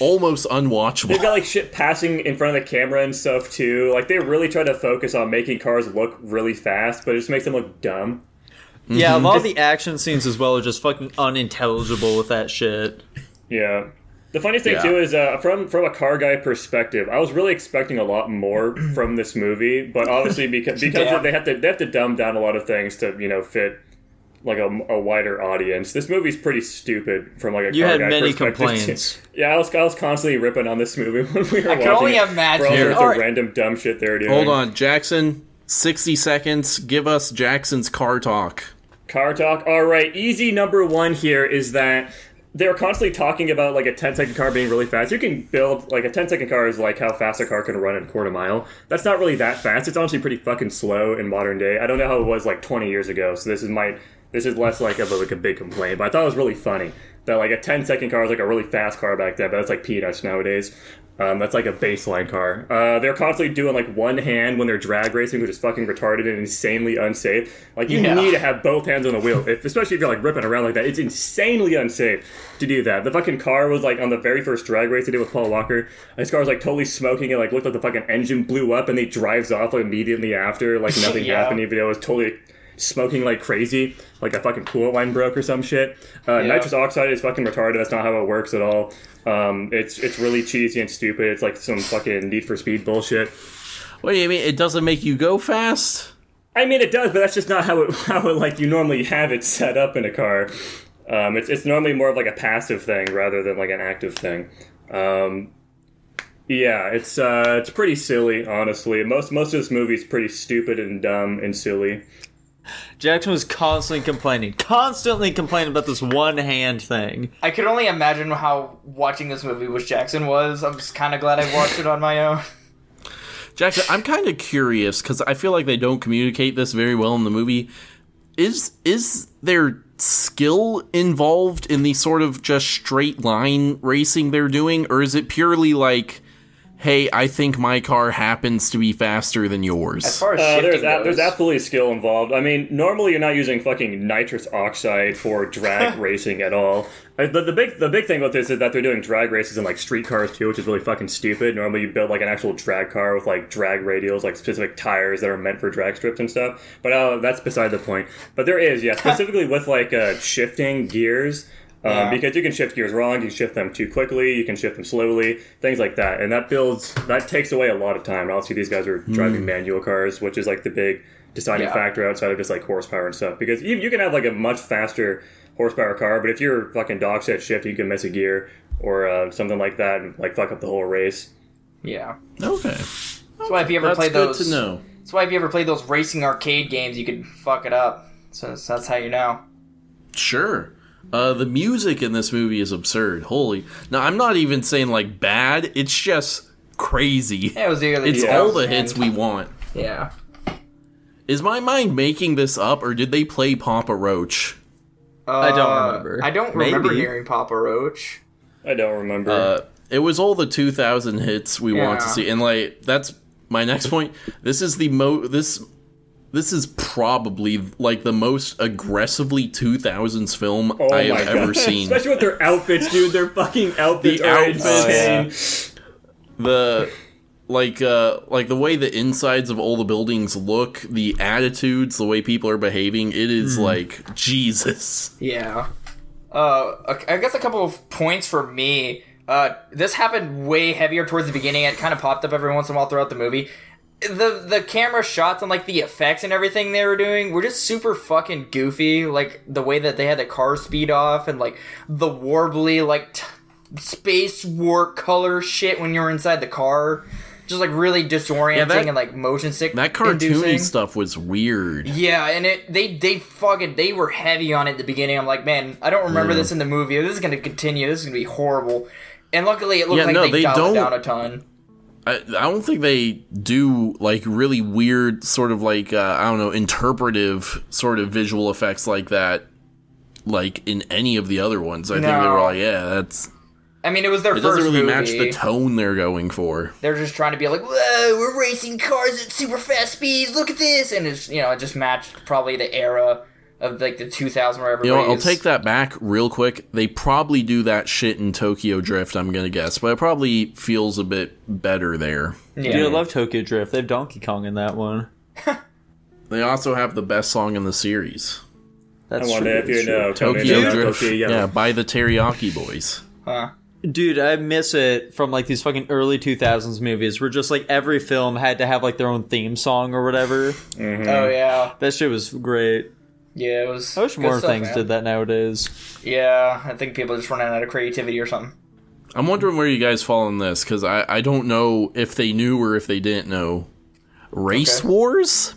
almost They've unwatchable. got like shit passing in front of the camera and stuff too. Like they really try to focus on making cars look really fast, but it just makes them look dumb. Yeah, a lot of the action scenes as well are just fucking unintelligible with that shit. Yeah. The funniest thing Yeah. too is uh, from from a car guy perspective, I was really expecting a lot more from this movie, but obviously because because Yeah. they have to they have to dumb down a lot of things to you know fit like a, a wider audience. This movie's pretty stupid from like a You car had guy many perspective. complaints. yeah, I was, I was constantly ripping on this movie when we were I watching. can only it. imagine. For all Here. sorts of All right. random dumb shit they're doing. Hold on, Jackson. 60 seconds. Give us Jackson's car talk. Car talk. All right, easy number one here is that they're constantly talking about like a 10 second car being really fast. You can build like a 10 second car is like how fast a car can run in a quarter mile. That's not really that fast. It's honestly pretty fucking slow in modern day. I don't know how it was like 20 years ago. So this is my this is less like of a, like a big complaint, but I thought it was really funny that like a 10 second car is like a really fast car back then, but that's like peanuts nowadays. Um, that's like a baseline car. Uh, they're constantly doing like one hand when they're drag racing, which is fucking retarded and insanely unsafe. Like you Yeah. need to have both hands on the wheel, if, especially if you're like ripping around like that. It's insanely unsafe to do that. The fucking car was like on the very first drag race they did with Paul Walker. His car was like totally smoking and like looked like the fucking engine blew up, and he drives off like immediately after, like nothing Yeah. happened. Even though it was totally smoking like crazy, like a fucking coolant line broke or some shit. Uh, Yeah. Nitrous oxide is fucking retarded. That's not how it works at all. Um, it's it's really cheesy and stupid. It's like some fucking Need for Speed bullshit. What do you mean? It doesn't make you go fast? I mean, it does, but that's just not how it how it, like you normally have it set up in a car. Um, it's it's normally more of like a passive thing rather than like an active thing. Um, yeah, it's uh, it's pretty silly, honestly. Most most of this movie is pretty stupid and dumb and silly. Jackson was constantly complaining, constantly complaining about this one hand thing. I could only imagine how watching this movie with Jackson was. I'm just kind of glad I watched it on my own. Jackson, I'm kind of curious because I feel like they don't communicate this very well in the movie. Is is there skill involved in the sort of just straight line racing they're doing, or is it purely like, hey, I think my car happens to be faster than As yours? far as Uh, shifting there's, a- goes, there's absolutely skill involved. I mean, normally you're not using fucking nitrous oxide for drag racing at all. Uh, The, the big the big thing about this is that they're doing drag races in like street cars too, which is really fucking stupid. Normally you build like an actual drag car with like drag radials, like specific tires that are meant for drag strips and stuff. But uh, that's beside the point. But there is, yeah, specifically with like uh, shifting gears. Um, Yeah. Because you can shift gears wrong, you can shift them too quickly, you can shift them slowly, things like that, and that builds that takes away a lot of time. And obviously, these guys are Hmm. driving manual cars, which is like the big deciding Yeah. factor outside of just like horsepower and stuff. Because you, you can have like a much faster horsepower car, but if you're fucking dog set shift, you can miss a gear or uh, something like that and like fuck up the whole race. yeah. okay, That's why if you ever that's play good those, to know. that's why if you ever play those racing arcade games, you could fuck it up. So that's how you know. Sure. Uh, the music in this movie is absurd. Holy! Now I'm not even saying like bad. It's just crazy. Yeah, it was the early. It's 2000s, all the man. hits we want. Yeah. Is my mind making this up, or did they play Papa Roach? don't Uh, remember. I don't remember Maybe. hearing Papa Roach. I don't remember. Uh, it was all the 2000 hits we want to Yeah. see, and like that's my next point. This is the mo. This this is probably like the most aggressively 2000s film Oh I my have ever God. seen. Especially with their outfits, dude. Their fucking outfits The are outfits. insane. the like uh like the way the insides of all the buildings look, the attitudes, the way people are behaving, it is like Jesus. Yeah. Uh, I guess a couple of points for me. Uh, this happened way heavier towards the beginning. It kind of popped up every once in a while throughout the movie. The the camera shots and like the effects and everything they were doing were just super fucking goofy. Like the way that they had the car speed off and like the warbly like t- space warp color shit when you're inside the car, just like really disorienting that- and like motion sick. That inducing. cartoony stuff was weird. Yeah, and it they they fucking they were heavy on it at the beginning. I'm like, man, I don't remember this in the movie. This is gonna continue. This is gonna be horrible. And luckily, it looked Yeah, like no, they, they dialed don't- it down a ton. I, I don't think they do like really weird sort of like uh, I don't know interpretive sort of visual effects like that like in any of the other ones. I think they were No. like, yeah, that's I mean, it was their it first doesn't really movie. match the tone they're going for. They're just trying to be like, whoa, we're racing cars at super fast speeds. Look at this, and it's you know, it just matched probably the era of like the 2000 where everybody. You know, what, I'll take that back real quick. They probably do that shit in Tokyo Drift. I'm gonna guess, but it probably feels a bit better there. Yeah. Dude, I love Tokyo Drift. They have Donkey Kong in that one. They also have the best song in the series, That's I true, wonder if you that's true. know Tokyo Drift? Drift. Tokyo, yeah, by the Teriyaki Boys. Huh. Dude, I miss it from like these fucking early 2000s movies where just like every film had to have like their own theme song or whatever. Oh yeah. That shit was great. Yeah, it was. I wish good more stuff, things man. did that nowadays. Yeah, I think people are just running out of creativity or something. I'm wondering where you guys fall on this because I, I don't know if they knew or if they didn't know. Race Okay. wars?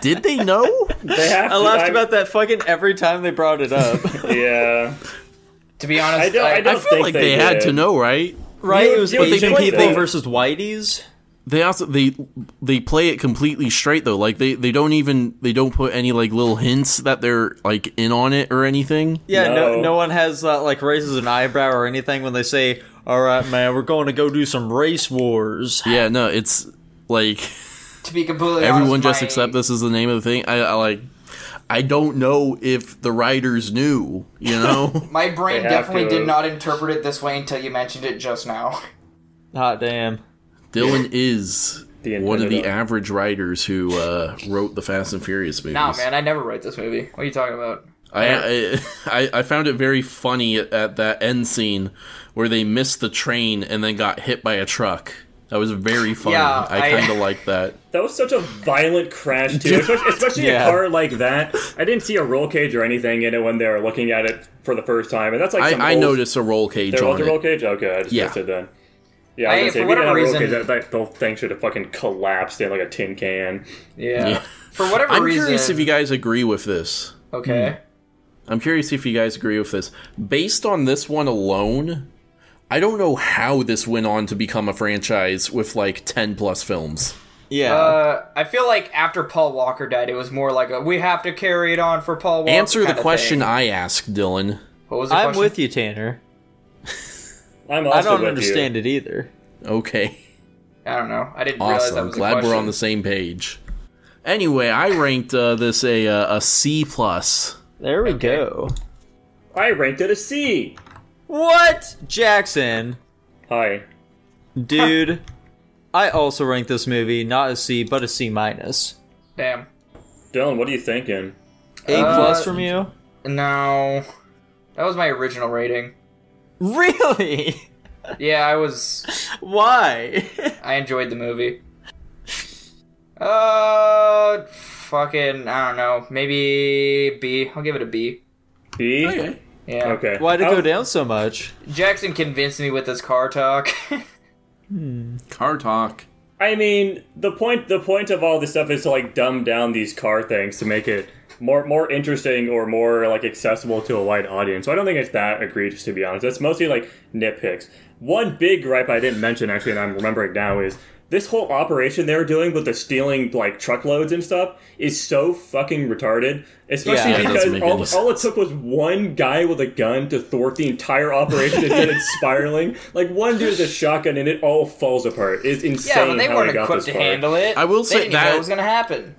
Did they know? They have I to- laughed about that fucking every time they brought it up. Yeah, To be honest, I don't- I I don't- feel think like they they, had did. to know, right? right? You- it was you would Asian think people that- versus whiteys. They also they they play it completely straight though. Like they they don't even they don't put any like little hints that they're like in on it or anything. Yeah, no. No. no, one has uh, like raises an eyebrow or anything when they say, "All right, man, we're going to go do some race wars." Yeah, no, it's like to be completely everyone honest, just my- accept this is the name of the thing. I, I like I don't know if the writers knew, you know. My brain They have definitely to. did not interpret it this way until you mentioned it just now. Hot damn! Dylan is The one of the intended- average writers who uh, wrote the Fast and Furious movies. Nah, man, I never write this movie. What are you talking about? I, I I found it very funny at, at that end scene where they missed the train and then got hit by a truck. That was very funny. Yeah, I I- kind of like that. That was such a violent crash too, especially, especially Yeah. a car like that. I didn't see a roll cage or anything in it when they were looking at it for the first time, and that's like I, some I old- noticed a roll cage There was on a roll it. cage. Okay, I just Yeah. missed it then. Yeah, I Hey, was gonna say for if we didn't have whatever a roll cage, reason- that, that whole thing should have fucking collapsed in like a tin can. Yeah. Yeah. For whatever I'm reason. curious if you Hmm. guys agree with this. okay. I'm curious if you guys agree with this. Based on this one alone, I don't know how this went on to become a franchise with like 10 plus films. Yeah, Uh, I feel like after Paul Walker died, it was more like a we have to carry it on for Paul Walker. Answer the kinda question thing. I asked, Dylan. What was the I'm question? with you, Tanner. I'm also I don't with understand it either. Okay. I don't know. I didn't realize that Awesome. was a Glad question. we're on the same page. Anyway, I ranked uh, this a uh, a C plus. There we go. You. I ranked it a C. What, Jackson, Hi. dude? I also ranked this movie not a C, but a C minus. Damn. Dylan, what are you thinking? A Uh, plus from you? No. That was my original rating. Really? Yeah, I was. Why? I enjoyed the movie. Uh, fucking, I don't know. Maybe B. I'll give it a B. B? Okay. Yeah. Okay. Why'd it I go was- down so much? Jackson convinced me with his car talk. Car talk. I mean, the point the point of all this stuff is to like dumb down these car things to make it more more interesting or more like accessible to a wide audience. So I don't think it's that egregious to be honest. It's mostly like nitpicks. One big gripe I didn't mention actually, and I'm remembering now is this whole operation they were doing with the stealing like truckloads and stuff is so fucking retarded. Especially Yeah, it doesn't because make all, any sense. all it took was one guy with a gun to thwart the entire operation and then it's spiraling. Like one dude with a shotgun and it all falls apart. It's insane. yeah, but they how weren't got equipped this to far. handle it. I will They say didn't even know that- it was gonna happen.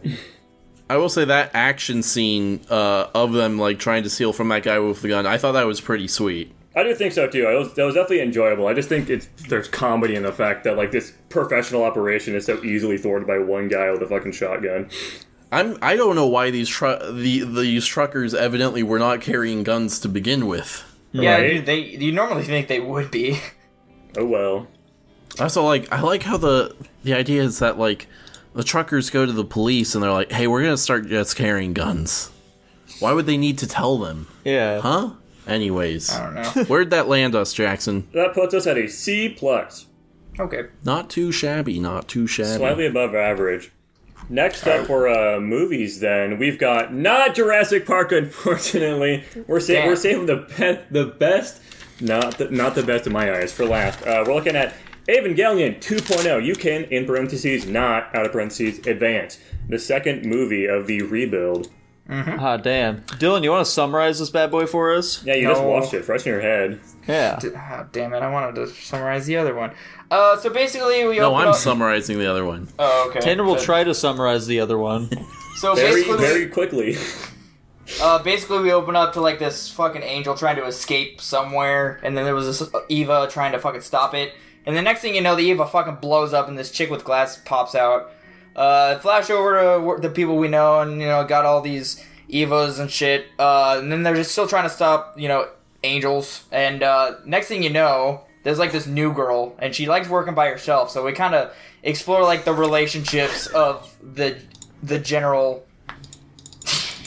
I will say that action scene uh, of them like trying to steal from that guy with the gun. I thought that was pretty sweet. I do think so too. It was, that was definitely enjoyable. I just think it's there's comedy in the fact that like this professional operation is so easily thwarted by one guy with a fucking shotgun. I'm I don't know why these tru- the these truckers evidently were not carrying guns to begin with. Yeah, Right? you, they you normally think they would be. Oh well. Also, like I like how the the idea is that like the truckers go to the police and they're like, "Hey, we're gonna start just carrying guns." Why would they need to tell them, Yeah. huh? Anyways, I don't know. where'd that land us, Jackson? That puts us at a C plus, Okay. Not too shabby, not too shabby. slightly above average. Next up for uh, movies, then we've got not Jurassic Park. Unfortunately, we're sa- Damn. we're saving the best, the best, not the, not the best in my eyes for last. Uh, we're looking at Evangelion 2.0. You can in parentheses not out of parentheses advance the second movie of the rebuild. Ah, damn. Dylan, you want to summarize this bad boy for us? Yeah, you just No. watched it fresh in your head. Yeah. D- ah, damn it! I wanted to summarize the other one. Uh, so basically we. no, open I'm up- summarizing the other one. Oh, okay. Tanner will Good. try to summarize the other one. So Very basically, very quickly. Uh, basically, we open up to like this fucking angel trying to escape somewhere, and then there was this uh, Eva trying to fucking stop it. And the next thing you know, the Eva fucking blows up, and this chick with glass pops out. Uh, flash over to wh- the people we know, and you know, got all these Evas and shit. Uh, and then they're just still trying to stop, you know, angels. And uh, next thing you know, there's like this new girl, and she likes working by herself. So we kind of explore like the relationships of the the general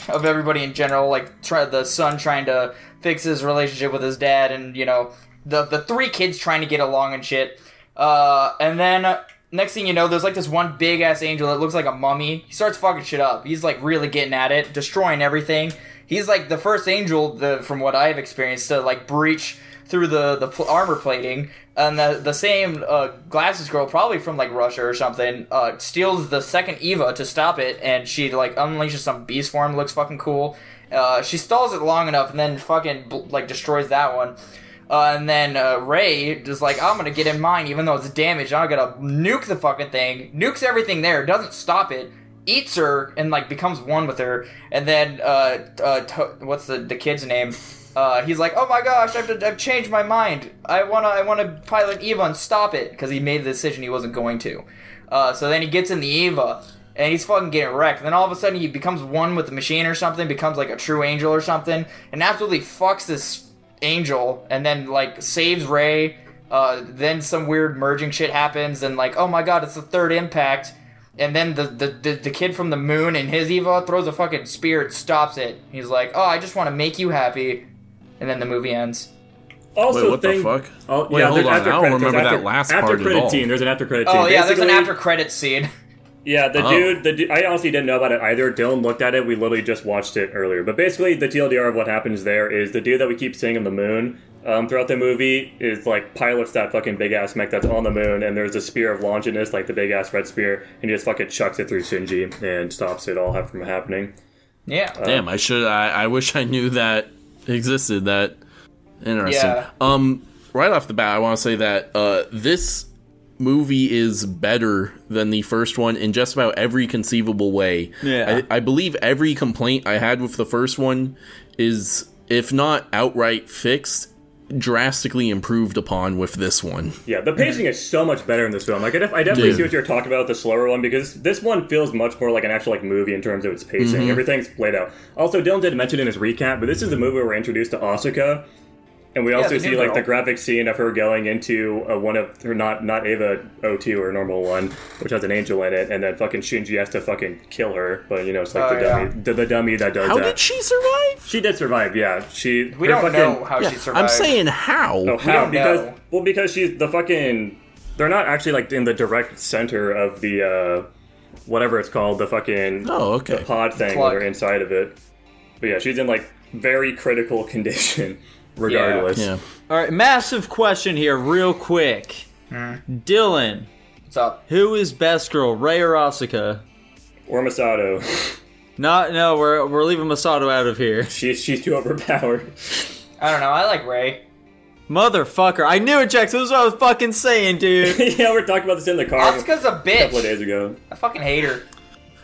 of everybody in general. Like try, the son trying to fix his relationship with his dad, and you know the the three kids trying to get along and shit. Uh, and then uh, next thing you know, there's like this one big ass angel that looks like a mummy. He starts fucking shit up. He's like really getting at it, destroying everything. He's like the first angel, the, from what I've experienced, to like breach through the the pl- armor plating, and the the same uh, glasses girl, probably from like Russia or something, uh, steals the second Eva to stop it, and she like unleashes some beast form. Looks fucking cool. Uh, she stalls it long enough, and then fucking bl- like destroys that one. Uh, and then uh, Ray is like, I'm gonna get in mine, even though it's damaged. I'm gonna nuke the fucking thing. Nukes everything there. Doesn't stop it. Eats her and like becomes one with her. And then uh, uh to- what's the the kid's name? Uh, he's like, oh my gosh, I've, I've changed my mind. I wanna I wanna pilot Eva and stop it because he made the decision he wasn't going to. Uh, so then he gets in the Eva and he's fucking getting wrecked. And then all of a sudden he becomes one with the machine or something, becomes like a true angel or something, and absolutely fucks this angel, and then like saves Ray. Uh, then some weird merging shit happens, and like, oh my god, it's the third impact. And then the, the, the, the kid from the moon and his Eva throws a fucking spear and stops it. He's like, oh, I just want to make you happy. And then the movie ends. Also, Wait, what the thing- fuck? Oh, Wait, yeah, hold there's on, after I don't credits. remember There's that after- last after part at credit all. scene. There's an after credit Oh scene. yeah, there's an Basically- after credit scene. Yeah, the Oh. dude, the du- I honestly didn't know about it either. Dylan looked at it. We literally just watched it earlier. But basically, the TLDR of what happens there is the dude that we keep seeing on the moon um, throughout the movie is like pilots that fucking big ass mech that's on the moon, and there's a spear of Longinus, like the big ass red spear, and he just fucking chucks it through Shinji and stops it all ha- from happening. yeah. Damn, I should. I, I wish I knew that existed. That interesting. Yeah. Um, right off the bat, I want to say that uh, this movie is better than the first one in just about every conceivable way. Yeah. I, I believe every complaint I had with the first one is, if not outright fixed, drastically improved upon with this one. Yeah, the pacing is so much better in this film. Like, I, def- I definitely Dude. see what you're talking about with the slower one because this one feels much more like an actual like movie in terms of its pacing. Mm-hmm. Everything's played out. Also, Dylan did mention in his recap, but this is the movie where we're introduced to Asuka, and we also the see new like the girl. graphic scene of her going into uh, one of her not not Ava 02 or normal one, which has an angel in it, and then fucking Shinji has to fucking kill her. But you know, it's like Oh, the yeah. dummy, the, the dummy that does How that. did she survive? she did survive. Yeah, she. We her don't fucking- know how she survived. I'm saying how. Oh, how? don't because know. well, because she's the fucking. They're not actually like in the direct center of the uh, whatever it's called, the fucking Oh, okay. pod thing. plug. They're inside of it. But yeah, she's in like very critical condition, regardless. Yeah. All right, massive question here, real quick. Dylan, What's up? who is best girl, Ray or Asuka? Or Masato, Not, no, we're, we're leaving Masato out of here. she's she's too overpowered. I don't know. I like Ray. Motherfucker, I knew it, Jax. This is what I was fucking saying, dude. yeah, we we're talking about this in the car a Asuka's couple a of bitch. Oh, days ago. I fucking hate her.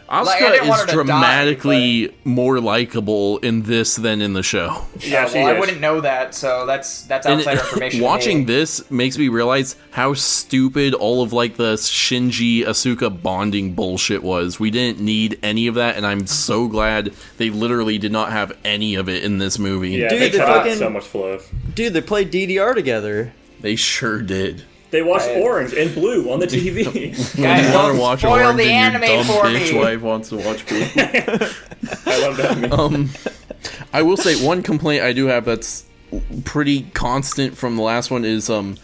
Asuka Like, I didn't want is her to die, dramatically more likable in this than in the show. Yeah, Uh, she well, I is. wouldn't know that, so that's that's And outside information. to me. watching this makes me realize how stupid all of like the Shinji Asuka bonding bullshit was. We didn't need any of that, and I'm so glad they literally did not have any of it in this movie. Yeah, Dude, they the cut out fucking- so much fluff. Dude, they played DDR together. They sure did. They watched I- Orange and Blue on the TV. When Guys, you want don't to watch spoil Orange the and your anime dumb for bitch me. wife wants to watch Blue. I love that. meme. um, I will say one complaint I do have that's pretty constant from the last one is um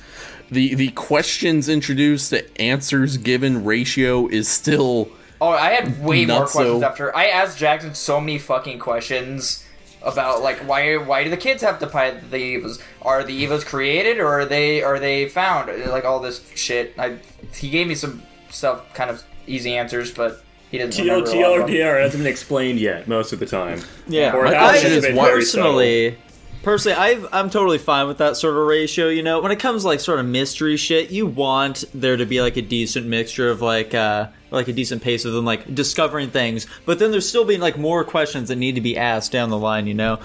the the questions introduced to answers given ratio is still Oh, I had way more Not so- questions after. I asked Jackson so many fucking questions about like why why do the kids have to pilot the evas? Are the evas created or are they are they found? Like all this shit. I he gave me some stuff, kind of easy answers, but he didn't. remember a lot of them. TLTRPR hasn't been explained yet most of the time. Yeah, Or I- how I- it is why- personally, personally, I've, I'm totally fine with that sort of ratio. You know, when it comes to, like sort of mystery shit, you want there to be like a decent mixture of like uh like a decent pace of them like discovering things, but then there's still being like more questions that need to be asked down the line. You know.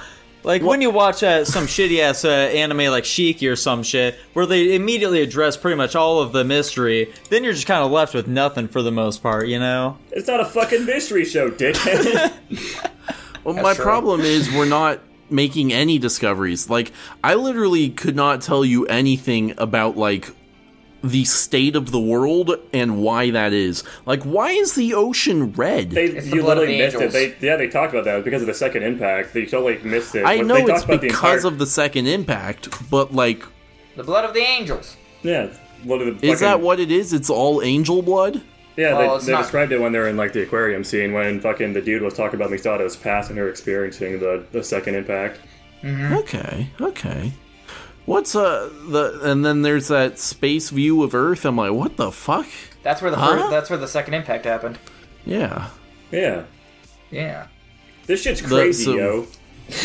Like when you watch uh, some shitty ass uh, anime like Shiki or some shit, where they immediately address pretty much all of the mystery, then you're just kind of left with nothing for the most part, you know? It's not a fucking mystery show, dickhead. Well, my true. problem is we're not making any discoveries. Like I literally could not tell you anything about like the state of the world and why that is. Like, why is the ocean red? They, It's the you blood of literally the missed angels. it. They, yeah, they talked about that It was because of the second impact. They totally missed it. I When know they it's talked about because the of the second impact, but like, The blood of the angels. entire, yeah. What are the is fucking- that what it is? It's all angel blood. Yeah, Well, it's they, they not- described it when they were in like the aquarium scene when fucking the dude was talking about Misato's past and her experiencing the, the second impact. Okay, okay. What's uh the and then there's that space view of Earth. I'm like, what the fuck? That's where the Huh? first, that's where the second impact happened. Yeah. Yeah, Yeah. this shit's crazy, so- yo.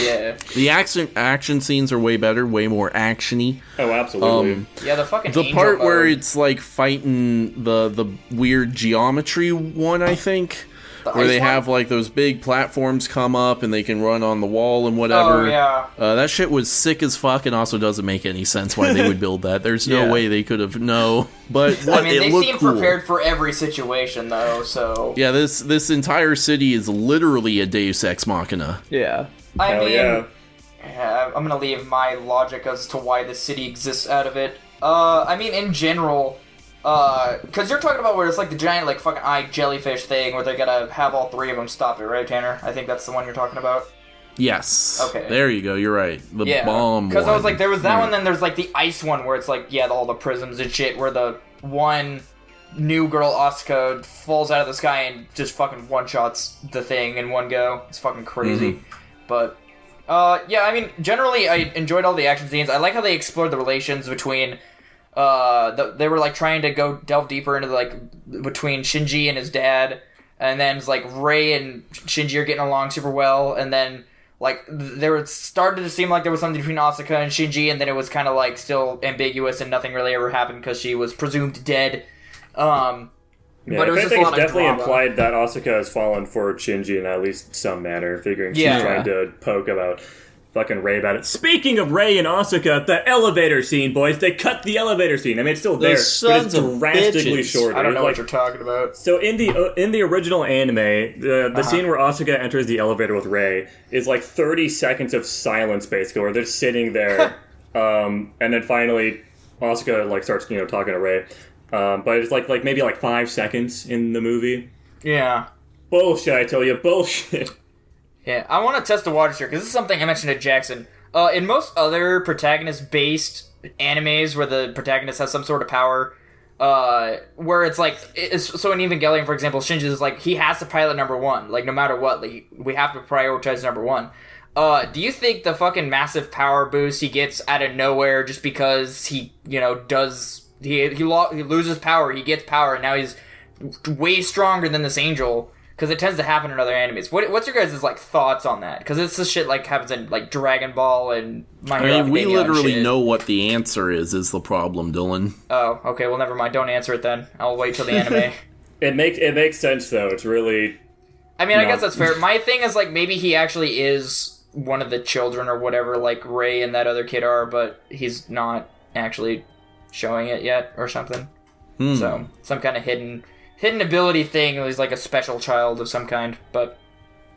Yeah. The action action scenes are way better, way more actiony. Oh, absolutely. Um, Yeah, the fucking The angel part where mode. it's like fighting the the weird geometry one, I think, The where ice they one? have like those big platforms come up and they can run on the wall and whatever. Oh, yeah. Uh, that shit was sick as fuck, and also doesn't make any sense why they would build that. There's no Yeah. way they could have no. But what I mean, it they looked seem cool. prepared for every situation, though. So Yeah, this this entire city is literally a Deus Ex Machina. Yeah. I Hell mean, yeah. yeah, I'm gonna leave my logic as to why the city exists out of it. Uh, I mean, in general, uh, because you're talking about where it's like the giant, like fucking eye jellyfish thing, where they gotta have all three of them stop it, right, Tanner? I think that's the one you're talking about. Yes. Okay. There you go. You're right. The Yeah, bomb. Because I was one. like, there was that one, then there's like the ice one where it's like, yeah, all the prisms and shit, where the one new girl Asuka falls out of the sky and just fucking one shots the thing in one go. It's fucking crazy. Mm-hmm. But uh, yeah, I mean, generally, I enjoyed all the action scenes. I like how they explored the relations between. Uh, th they were like trying to go delve deeper into like between Shinji and his dad, and then it's like Ray and Shinji are getting along super well, and then like th- there was started to seem like there was something between Asuka and Shinji, and then it was kind of like still ambiguous and nothing really ever happened because she was presumed dead. Um, Yeah, but it if was just a anything, lot it's of definitely drama. implied that Asuka has fallen for Shinji in at least some manner, figuring Yeah. she's trying to poke about fucking Ray about it. Speaking of Ray and Asuka, the elevator scene, boys, they cut the elevator scene. I mean, it's still there, but sons it's of drastically bitches. shorter. I don't know Like, what you're talking about. So in the uh, in the original anime, the the scene where Asuka enters the elevator with Rei is like thirty seconds of silence, basically, where they're sitting there, um, and then finally Asuka like starts you know talking to Rei, um, but it's like like maybe like five seconds in the movie. Yeah. Bullshit, I tell you, bullshit. Yeah, I want to test the waters here because this is something I mentioned to Jackson. Uh, in most other protagonist-based animes, where the protagonist has some sort of power, uh, where it's like, it's, so in Evangelion, for example, Shinji is like he has to pilot number one, like no matter what, like we have to prioritize number one. Uh, do you think the fucking massive power boost he gets out of nowhere just because he, you know, does he he, lo- he loses power, he gets power, and now he's way stronger than this angel because it tends to happen in other animes. What, what's your guys' like thoughts on that? Because this is shit like happens in like Dragon Ball and My I Hero mean, we Academia and literally shit. know what the answer is. Is the problem, Dylan? Oh, okay. Well, never mind. Don't answer it then. I'll wait till the anime. It makes it makes sense though. It's really I mean, I No. guess that's fair. My thing is like maybe he actually is one of the children or whatever, like Ray and that other kid are, but he's not actually showing it yet or something. So some kind of hidden hidden ability thing. He's like a special child of some kind. But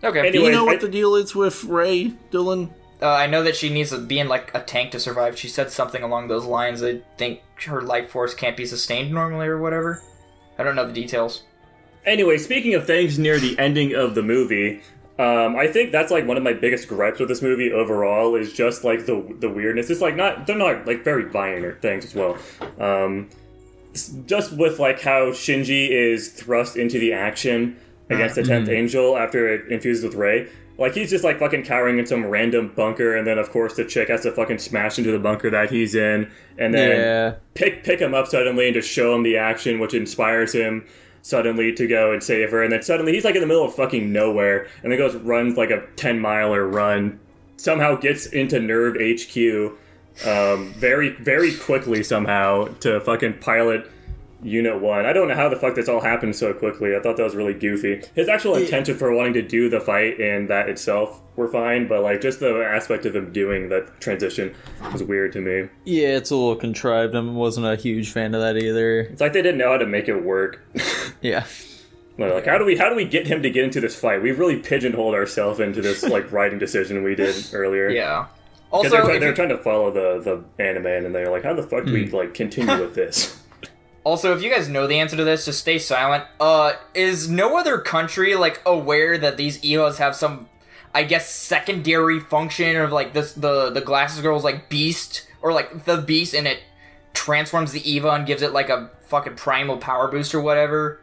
okay, Do Anyway- you Wait, know what I- the deal is with Ray, Dylan? uh, I know that she needs to be in like a tank to survive. She said something along those lines. I think her life force can't be sustained normally or whatever. I don't know the details. Anyway, speaking of things near the ending of the movie, um, I think that's like one of my biggest gripes with this movie overall is just like the the weirdness. It's like not they're not like very violent things as well. Um, s- just with like how Shinji is thrust into the action against the 10th angel after it infuses with Rei. Like he's just like fucking cowering in some random bunker, and then of course the chick has to fucking smash into the bunker that he's in, and then Yeah. pick pick him up suddenly and just show him the action, which inspires him suddenly to go and save her. And then suddenly he's like in the middle of fucking nowhere, and then goes runs like a ten miler run. Somehow gets into Nerve HQ um, very very quickly somehow to fucking pilot Unit One. I don't know how the fuck this all happened so quickly. I thought that was really goofy. His actual intention for wanting to do the fight and that itself were fine, but like just the aspect of him doing that transition was weird to me. Yeah, it's a little contrived. I wasn't a huge fan of that either. It's like they didn't know how to make it work. Yeah. Like, like, how do we how do we get him to get into this fight? We've really pigeonholed ourselves into this like writing decision we did earlier. Yeah. 'Cause Also, they're, try- if they're you- trying to follow the the anime, and then they're like, how the fuck do we like continue with this? Also, if you guys know the answer to this, just stay silent. Uh, is no other country like aware that these EHOs have some, I guess, secondary function of like this the the glasses girl's like beast or like the beast and it transforms the Eva and gives it like a fucking primal power boost or whatever.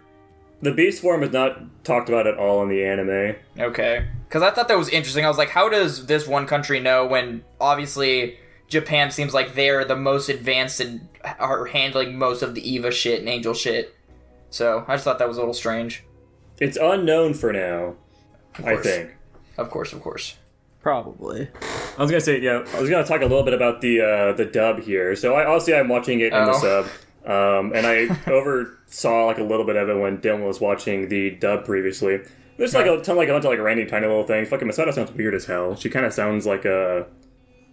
The beast form is not talked about at all in the anime. Okay. Because I thought that was interesting. I was like, how does this one country know when obviously Japan seems like they're the most advanced and are handling most of the Eva shit and Angel shit? So I just thought that was a little strange. It's unknown for now, I course. think. Of course, of course. Probably. I was gonna say, yeah, I was gonna talk a little bit about the uh, the dub here. So I obviously I'm watching it in the Oh. sub, um, and I oversaw like a little bit of it when Dylan was watching the dub previously. There's like a ton, like a bunch of like random tiny little things. Fucking Masato sounds weird as hell. She kind of sounds like a,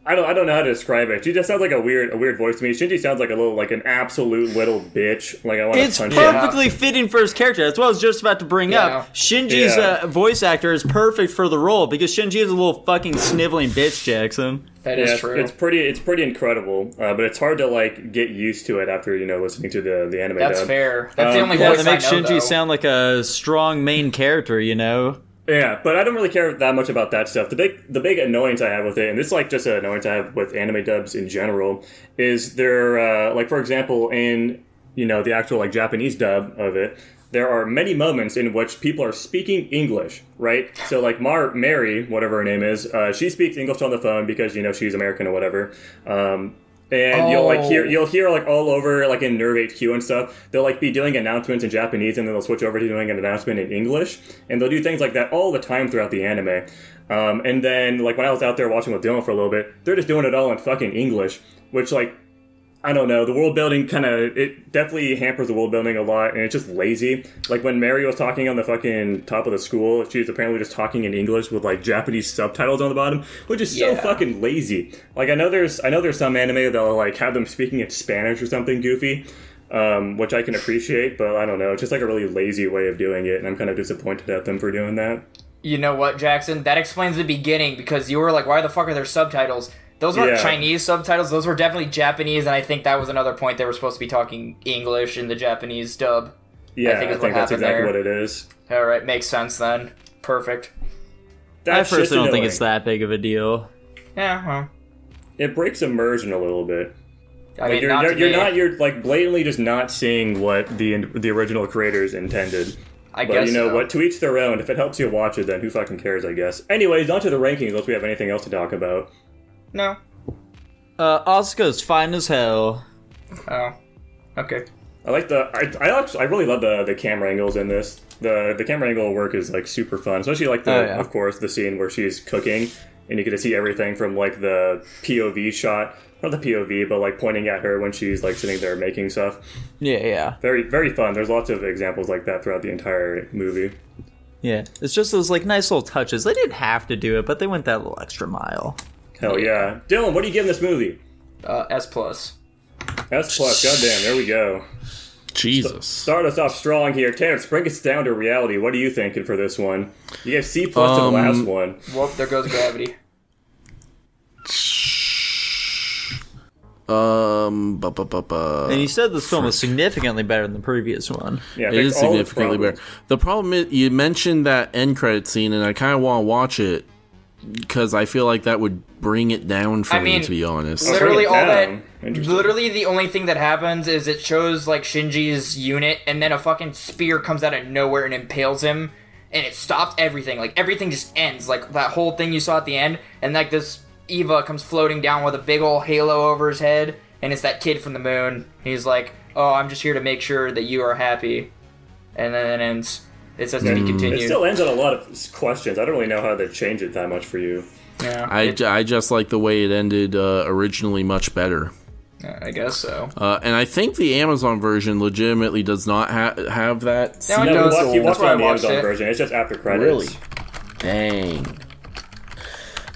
I don't I don't know how to describe it. She just sounds like a weird a weird voice to me. Shinji sounds like a little like an absolute little bitch. Like I want It's to punch her. perfectly fitting for his character. That's what I was just about to bring Yeah. up. Shinji's Yeah. uh, voice actor is perfect for the role because Shinji is a little fucking sniveling bitch, Jackson. That Yeah, is it's, true. it's pretty it's pretty incredible, uh, but it's hard to like get used to it after you know listening to the the anime. That's dub. fair. That's the Um, only Yeah, voice that makes I know, Shinji though. sound like a strong main character, you know? Yeah, but I don't really care that much about that stuff. The big the big annoyance I have with it, and this is like just an annoyance I have with anime dubs in general, is there uh, like for example in you know the actual like Japanese dub of it, there are many moments in which people are speaking English, right? So like Mar Mary, whatever her name is, uh, she speaks English on the phone because you know she's American or whatever. Um, and you'll like hear Oh. you'll hear like all over like in Nerve HQ and stuff. They'll like be doing announcements in Japanese, and then they'll switch over to doing an announcement in English, and they'll do things like that all the time throughout the anime. Um, and then like when I was out there watching with Dylan for a little bit, they're just doing it all in fucking English, which like I don't know. The world building kind of it definitely hampers the world building a lot, and it's just lazy. Like when Mary was talking on the fucking top of the school, she was apparently just talking in English with like Japanese subtitles on the bottom, which is so Yeah. fucking lazy. Like I know there's I know there's some anime that'll like have them speaking in Spanish or something goofy, um, which I can appreciate, but I don't know. It's just like a really lazy way of doing it, and I'm kind of disappointed at them for doing that. You know what, Jackson? That explains the beginning because you were like, why the fuck are there subtitles? Those weren't Yeah. Chinese subtitles, those were definitely Japanese, and I think that was another point they were supposed to be talking English in the Japanese dub. Yeah, I think think, is what that's happened exactly there. what it is. Alright, makes sense then. Perfect. That I personally shit's don't think annoying. it's that big of a deal. Yeah, well. It breaks immersion a little bit. I Like mean, you're not you're, to you're me. not you're like blatantly just not seeing what the the original creators intended. I But guess you know so. what? To each their own. If it helps you watch it, then who fucking cares? I guess. Anyways, on to the rankings. Unless we have anything else to talk about. No. Uh, Asuka's fine as hell. Oh. Okay. I like the I I, actually, I really love the the camera angles in this. The the camera angle work is like super fun, especially like the Oh, yeah. of course the scene where she's cooking and you get to see everything from like the POV shot, not the POV, but like pointing at her when she's like sitting there making stuff. Yeah, yeah. Very very fun. There's lots of examples like that throughout the entire movie. Yeah. It's just those, like, nice little touches. They didn't have to do it, but they went that little extra mile. Hell Oh, yeah. Dylan, what are you giving this movie? Uh, S plus. S plus, goddamn, there we go. Jesus. Start us off strong here. Terrence, bring us down to reality. What are you thinking for this one? You gave C plus to the Um, last one. Whoop, there goes gravity. Um, bu- bu- bu- bu- And you said this film was significantly better than the previous one. Yeah, it is fix all the significantly better. problems. The problem is you mentioned that end credit scene, and I kind of want to watch it because I feel like that would bring it down for I me. mean, To be honest, Okay. literally it all down. that. Interesting. Literally, the only thing that happens is it shows like Shinji's unit, and then a fucking spear comes out of nowhere and impales him, and it stops everything. Like everything just ends. Like that whole thing you saw at the end, and like this Eva comes floating down with a big old halo over his head, and it's that kid from the moon. He's like, "Oh, I'm just here to make sure that you are happy," and then it ends. It says to be It continued. still ends on a lot of s- questions. I don't really know how they change it that much for you. yeah, I, it- ju- I just like the way it ended uh, originally much better. I guess so. Uh, and I think the Amazon version legitimately does not ha- have No, that. it scene. No, does. you watch, you That's watch it why I on the watched Amazon it. version. It's just after credits. Really? Dang.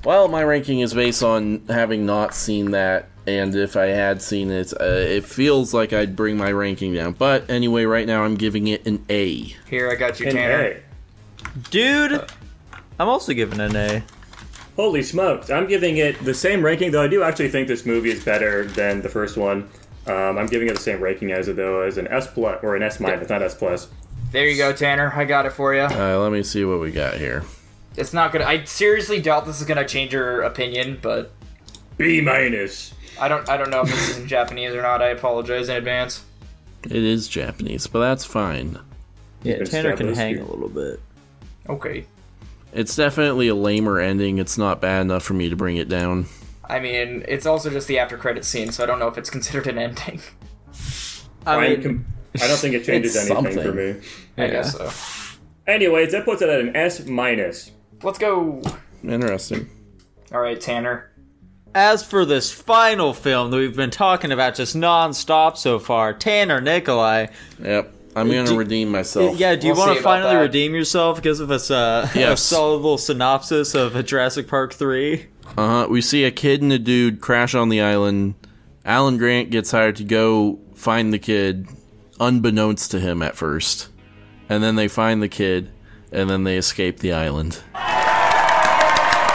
Well, my ranking is based on having not seen that, and if I had seen it, uh, it feels like I'd bring my ranking down. But anyway, right now I'm giving it an A. Here, I got you, And Tanner. hey, Dude, I'm also giving an A. Holy smokes. I'm giving it the same ranking, though I do actually think this movie is better than the first one. Um, I'm giving it the same ranking as it though as an S plus or an S minus, not S plus. There you go, Tanner. I got it for you. Uh, let me see what we got here. It's not gonna. I seriously doubt this is gonna change your opinion, but B minus. I don't. I don't know if this is in Japanese or not. I apologize in advance. It is Japanese, but that's fine. Yeah, can Tanner stab can those hang two. a little bit. Okay. It's definitely a lamer ending. It's not bad enough for me to bring it down. I mean, it's also just the after credit scene, so I don't know if it's considered an ending. I I'm mean, com- I don't think it changes it's anything for something. me. I guess so. Anyways, that puts it at an S minus. Let's go. Interesting. All right, Tanner. as for this final film that we've been talking about just nonstop so far, Tanner Nikolai. Yep. I'm gonna Uh, Do- redeem myself. Yeah, do you We'll want see to about finally that. redeem yourself? Give us a, a Yes. solid little synopsis of Jurassic Park three. Uh, we see a kid and a dude crash on the island. Alan Grant gets hired to go find the kid, unbeknownst to him at first. And then they find the kid, and then they escape the island.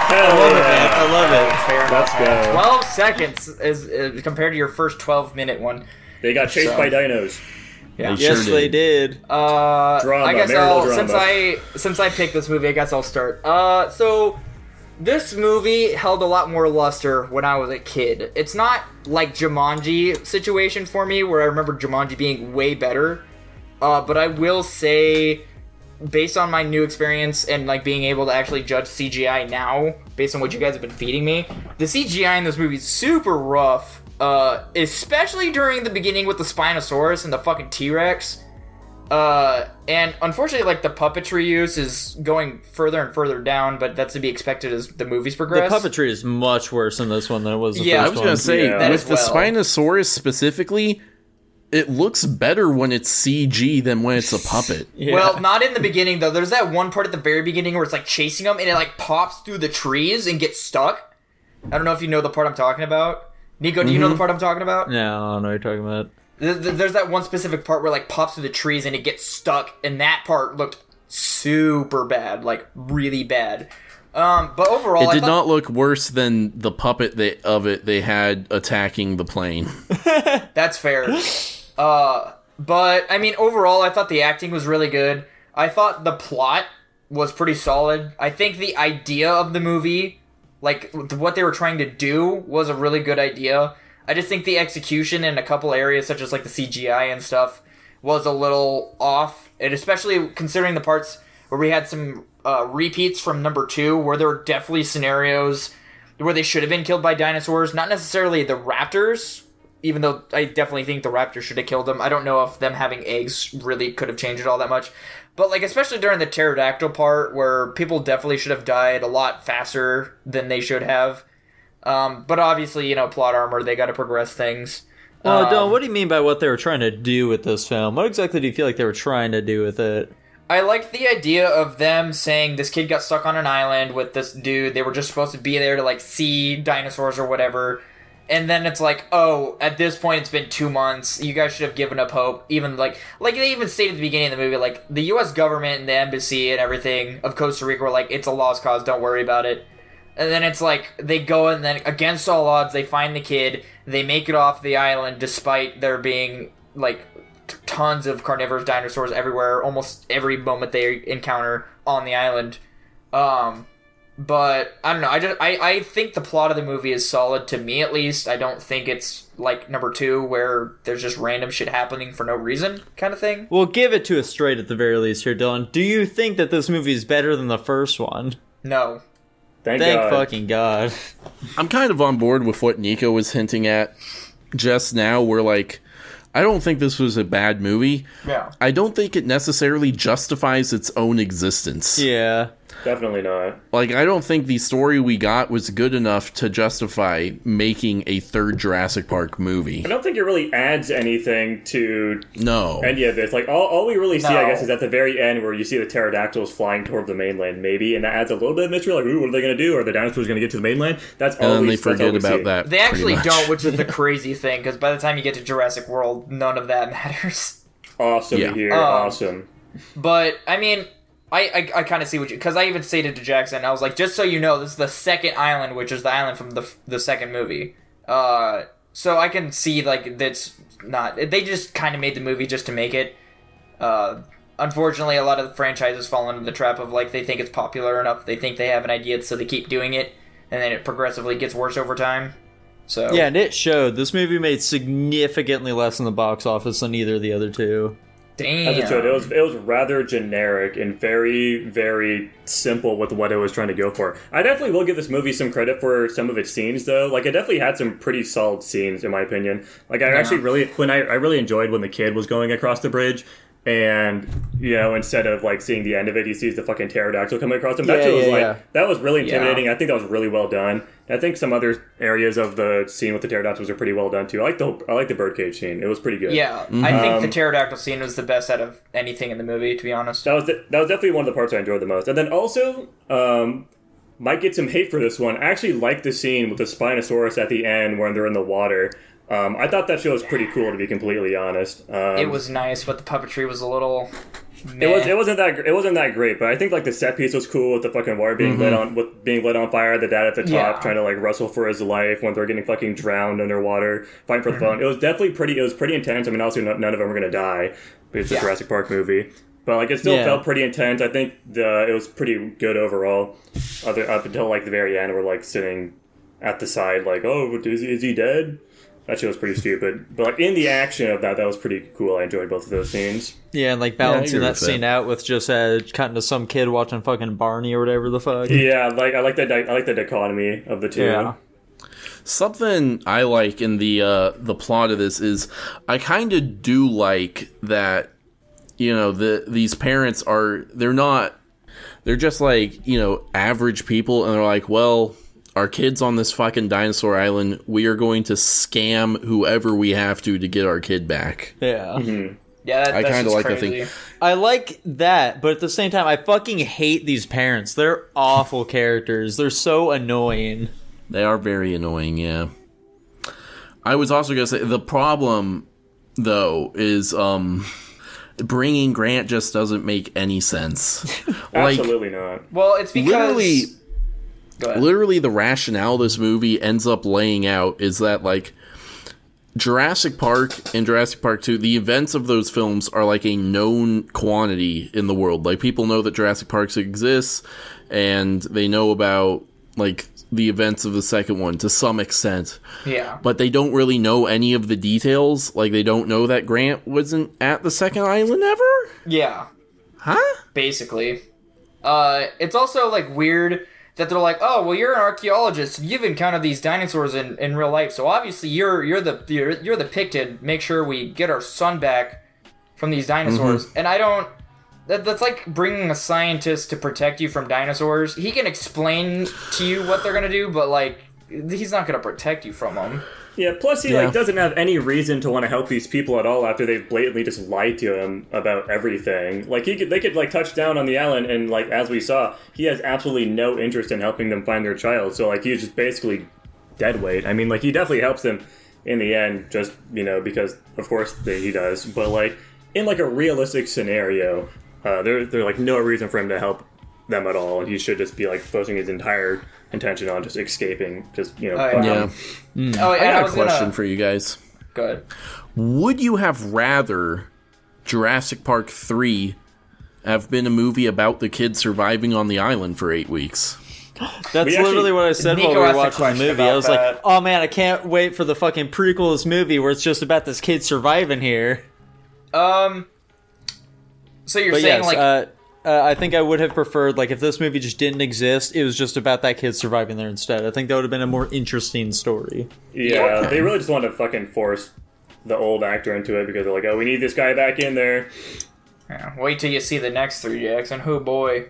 Hell yeah. I love it. Fair Let's enough. go. Twelve seconds is uh, compared to your first twelve minute one. They got chased So- by dinos. Yeah. They Yes, Sure they did. Uh, Drama, I guess marital I'll, drama. since I since I picked this movie, I guess I'll start. Uh, so this movie held a lot more luster when I was a kid. It's not like Jumanji situation for me, where I remember Jumanji being way better. Uh, but I will say, based on my new experience and like being able to actually judge CGI now, based on what you guys have been feeding me, the CGI in this movie is super rough. Uh, especially during the beginning with the Spinosaurus and the fucking T Rex. Uh, and unfortunately, like the puppetry use is going further and further down, but that's to be expected as the movies The progress. puppetry is much worse in this one than it was. In the Yeah, first I was gonna one. say Yeah. That with as the well. Spinosaurus specifically, it looks better when it's CG than when it's a puppet. Yeah. Well, not in the beginning though. There's that one part at the very beginning where it's like chasing them, and it like pops through the trees and gets stuck. I don't know if you know the part I'm talking about. Nico, do you know Mm-hmm. the part I'm talking about? no, I don't know what you're talking about. Th- th- There's that one specific part where like pops through the trees and it gets stuck, and that part looked super bad, like really bad. Um, but overall, It I did thought- not look worse than the puppet they, of it they had attacking the plane. That's fair. uh, but I mean, overall, I thought the acting was really good. I thought the plot was pretty solid. I think the idea of the movie, like th- what they were trying to do, was a really good idea. I just think the execution in a couple areas, such as like the CGI and stuff, was a little off, and especially considering the parts where we had some uh, repeats from number two, where there were definitely scenarios where they should have been killed by dinosaurs, not necessarily the raptors, even though I definitely think the raptor should have killed them. I don't know if them having eggs really could have changed it all that much. But like especially during the pterodactyl part where people definitely should have died a lot faster than they should have. Um, but obviously, you know, plot armor, they got to progress things. Well, Um, Don, what do you mean by what they were trying to do with this film? What exactly do you feel like they were trying to do with it? I liked the idea of them saying this kid got stuck on an island with this dude. They were just supposed to be there to like see dinosaurs or whatever. And then it's like, oh, at this point it's been two months. You guys should have given up hope. Even like, like they even stated at the beginning of the movie, like the U.S. government and the embassy and everything of Costa Rica were like, it's a lost cause. Don't worry about it. And then it's like they go and then against all odds they find the kid. They make it off the island despite there being like t- tons of carnivorous dinosaurs everywhere almost every moment they encounter on the island. Um but I don't know. I just I, I think the plot of the movie is solid to me at least. I don't think it's like number 2 where there's just random shit happening for no reason kind of thing. Well, give it to us straight at the very least here, Dylan. Do you think that this movie is better than the first one? No. Thank, Thank God. fucking God. I'm kind of on board with what Nico was hinting at just now. Where like, I don't think this was a bad movie. Yeah. I don't think it necessarily justifies its own existence. Yeah. Definitely not. Like, I don't think the story we got was good enough to justify making a third Jurassic Park movie. I don't think it really adds anything to No. any of this. Like all, all we really see, I No. guess, is at the very end where you see the pterodactyls flying toward the mainland, maybe, and that adds a little bit of mystery. Like, ooh, what are they going to do? Are the dinosaurs going to get to the mainland? That's all. And then we, they that's all forget we about see. that. They pretty actually much. don't, which is the crazy thing cuz by the time you get to Jurassic World, none of that matters. Awesome Yeah. to hear. Um, awesome. But I mean, I I, I kind of see what you because I even stated to Jackson, I was like, just so you know, this is the second island, which is the island from the f- the second movie. Uh, So I can see like that's not. They just kind of made the movie just to make it. Uh, unfortunately, a lot of the franchises fall into the trap of like they think it's popular enough, they think they have an idea, so they keep doing it, and then it progressively gets worse over time. So Yeah, and it showed this movie made significantly less in the box office than either of the other two. damn. As it should, it was it was rather generic and very very simple with what it was trying to go for. I definitely will give this movie some credit for some of its scenes though. Like it definitely had some pretty solid scenes in my opinion. Like I actually really when I, I really enjoyed when the kid was going across the bridge. And you know, instead of like seeing the end of it, he sees the fucking pterodactyl coming across him. That Yeah, shit was yeah, like yeah. that was really intimidating. I think that was really well done. I think some other areas of the scene with the pterodactyls are pretty well done too. I like the I like the birdcage scene. It was pretty good. Yeah, I think the Um, pterodactyl scene was the best out of anything in the movie, to be honest. That was de- that was definitely one of the parts I enjoyed the most. And then also, um, might get some hate for this one. I actually liked the scene with the Spinosaurus at the end when they're in the water. Um, I thought that show was pretty cool, to be completely honest. Um, It was nice, but the puppetry was a little. It, was, meh. it wasn't that gr- it wasn't that great, but I think like the set piece was cool with the fucking water being lit on with being lit on fire. The dad at the top Mm-hmm. Yeah. trying to like wrestle for his life when they're getting fucking drowned underwater, fighting Mm-hmm. for the phone. It was definitely pretty. It was pretty intense. I mean, obviously no- none of them were gonna die. But it's a Yeah. Jurassic Park movie, but like it still Yeah. felt pretty intense. I think the it was pretty good overall, other up until like the very end. We're like sitting at the side, like, oh, is he, is he dead? That shit was pretty stupid. But like in the action of that, that was pretty cool. I enjoyed both of those scenes. Yeah, and like I balancing agree that with scene out with just uh, cutting to some kid watching fucking Barney or whatever the fuck. Yeah, like I like that. I like the dichotomy of the two. Yeah. Something I like in the uh, the plot of this is I kind of do like that you know the these parents are they're not they're just like you know average people and they're like well our kids on this fucking dinosaur island we are going to scam whoever we have to to get our kid back. Yeah. Yeah, that, I that's kinda just like that crazy. thing. I like that, but at the same time, I fucking hate these parents. They're awful characters. They're so annoying. They are very annoying, yeah. I was also going to say the problem though is um bringing Grant just doesn't make any sense. like Absolutely not. Well, it's because literally Go ahead. literally the rationale this movie ends up laying out is that like Jurassic Park and Jurassic Park 2, the events of those films are like a known quantity in the world. Like people know that Jurassic Park exists and they know about like the events of the second one to some extent yeah, but they don't really know any of the details. Like they don't know that Grant wasn't at the second island ever. yeah. Huh? basically. Uh, it's also like weird that they're like, oh, well, you're an archaeologist. You've encountered these dinosaurs in, in real life, so obviously you're you're the you're, you're the pick to make sure we get our son back from these dinosaurs. Mm-hmm. And I don't. That, that's like bringing a scientist to protect you from dinosaurs. He can explain to you what they're gonna do, but like he's not gonna protect you from them. Yeah. Plus, he Yeah. like doesn't have any reason to want to help these people at all after they've blatantly just lied to him about everything. Like he could, they could like touch down on the island, and like as we saw, he has absolutely no interest in helping them find their child. So like he's just basically dead weight. I mean, like he definitely helps them in the end, just you know because of course they, he does. But like in like a realistic scenario, uh, there there's like no reason for him to help them at all, and he should just be like focusing his entire intention on just escaping, just you know. Oh, fucking- yeah. Yeah. Oh, and Hmm. I got a was question gonna, for you guys. Go ahead. Would you have rather Jurassic Park 3 have been a movie about the kid surviving on the island for eight weeks? That's We actually- literally what I said Nico while we were asked a watching the question movie. I about was like, that. oh man, I can't wait for the fucking prequel of this movie where it's just about this kid surviving here. Um. So you're But saying yes, like uh, uh, I think I would have preferred like if this movie just didn't exist, it was just about that kid surviving there instead. I think that would have been a more interesting story. Yeah, they really just wanted to fucking force the old actor into it because they're like, oh, we need this guy back in there. Yeah, wait till you see the next three, Jackson. Who boy.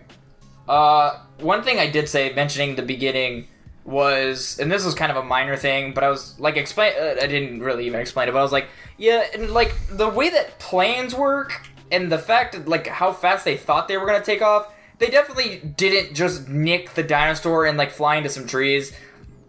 Uh, one thing I did say, mentioning the beginning, was, and this was kind of a minor thing, but I was like, explain. Uh, I didn't really even explain it, but I was like, yeah, and like the way that planes work, and the fact that like how fast they thought they were gonna take off, they definitely didn't just nick the dinosaur and like fly into some trees.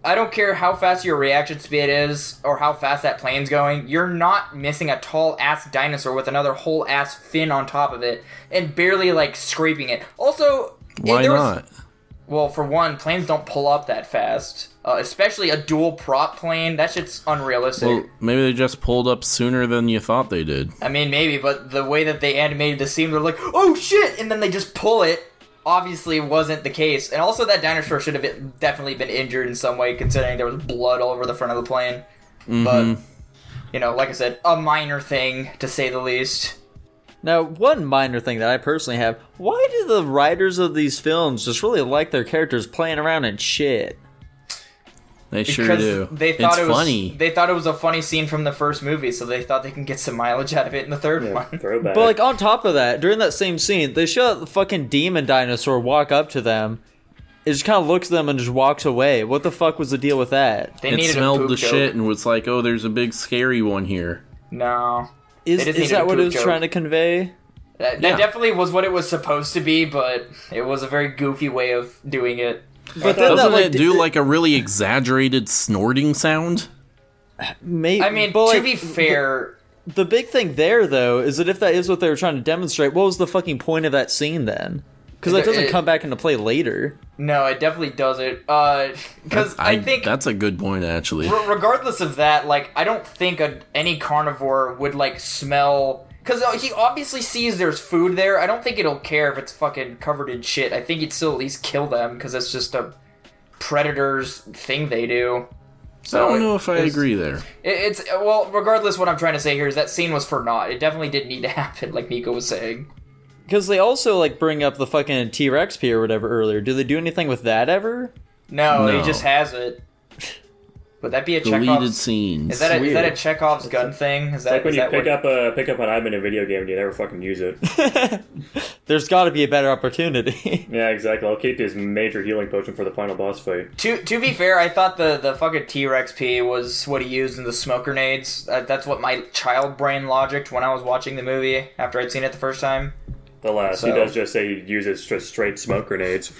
I don't care how fast your reaction speed is or how fast that plane's going, you're not missing a tall ass dinosaur with another whole ass fin on top of it and barely like scraping it. Also, eh, Why there was- not? Well, for one, planes don't pull up that fast, uh, especially a dual prop plane. That shit's unrealistic. Well, maybe they just pulled up sooner than you thought they did. I mean, maybe, but the way that they animated the scene, they're like, "Oh shit!" and then they just pull it. Obviously, wasn't the case. And also, that dinosaur should have been, definitely been injured in some way, considering there was blood all over the front of the plane. But Mm-hmm. you know, like I said, a minor thing to say the least. Now, one minor thing that I personally have: why do the writers of these films just really like their characters playing around and shit? They sure because do. they thought it's it was funny. they thought it was a funny scene from the first movie, so they thought they can get some mileage out of it in the third Yeah, one. throwback. But like on top of that, during that same scene, they show the fucking demon dinosaur walk up to them. It just kind of looks at them and just walks away. What the fuck was the deal with that? They it needed a smelled poop the joke. shit and was like, "Oh, there's a big scary one here." No, Is, They just is needed a that what poop it was joke. trying to convey? that, that Yeah. definitely was what it was supposed to be, but it was a very goofy way of doing it. But then Doesn't that, like, it do d- like a really exaggerated snorting sound? May- I mean, but, to like, be fair, The big thing there, though, is that if that is what they were trying to demonstrate, what was the fucking point of that scene then? Because that It- doesn't it- come back into play later. no, it definitely doesn't. Because I, think, that's a good point, actually. re- regardless of that, like, I don't think a, any carnivore would like smell. Because he obviously sees there's food there. I don't think it'll care if it's fucking covered in shit. I think it'd still at least kill them because that's just a predator's thing they do. I So don't it- know if I it's- agree there. It, it's well, regardless, what I'm trying to say here is that scene was for naught. It definitely didn't need to happen, like Nico was saying. Because they also like bring up the fucking T Rex P or whatever earlier. Do they do anything with that ever? No, No. he just has it. Would that be a Deleted Chekhov's? scenes. Is that a, is that a Weird. Chekhov's gun thing? Is that, like when is you that pick what- up a pick up an item in a video game and you never fucking use it. There's got to be a better opportunity. yeah, exactly. I'll keep his major healing potion for the final boss fight. To to be fair, I thought the the fucking T Rex P was what he used in the smoke grenades. Uh, that's what my child brain logicked when I was watching the movie after I'd seen it the first time. The last he So- does just say he uses just straight smoke grenades,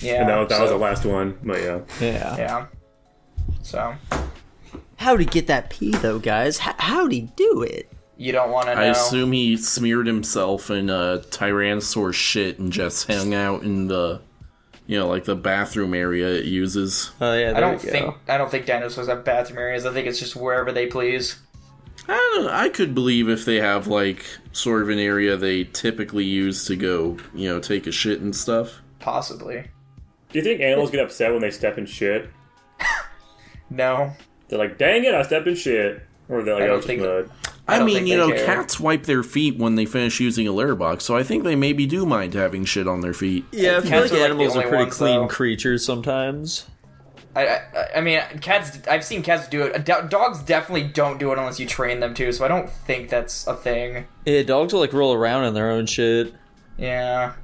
Yeah, and that, was- that was so- the last one. But yeah, yeah. yeah. So How'd he get that pee though, guys? H- how'd he do it? you don't want to know. I assume he smeared himself in uh, Tyrannosaur shit and just hung out in the, you know, like the bathroom area it uses. Oh yeah, I don't think I don't think dinosaurs have bathroom areas. I think it's just wherever they please. I don't know. I could believe if they have like sort of an area they typically use to go, you know, take a shit and stuff. Possibly. do you think animals get upset when they step in shit? No. They're like, "Dang it, I stepped in shit," or they're like, I don't "Oh, it's think- mud." I, don't mean, think you they know, care. cats wipe their feet when they finish using a litter box, so I think they maybe do mind having shit on their feet. Yeah, I Cats feel like are, like, the animals only are pretty ones, clean though. creatures sometimes. I, I, I mean, cats. I've seen cats do it. Do- dogs definitely don't do it unless you train them to. So I don't think that's a thing. Yeah, dogs will like roll around in their own shit. Yeah.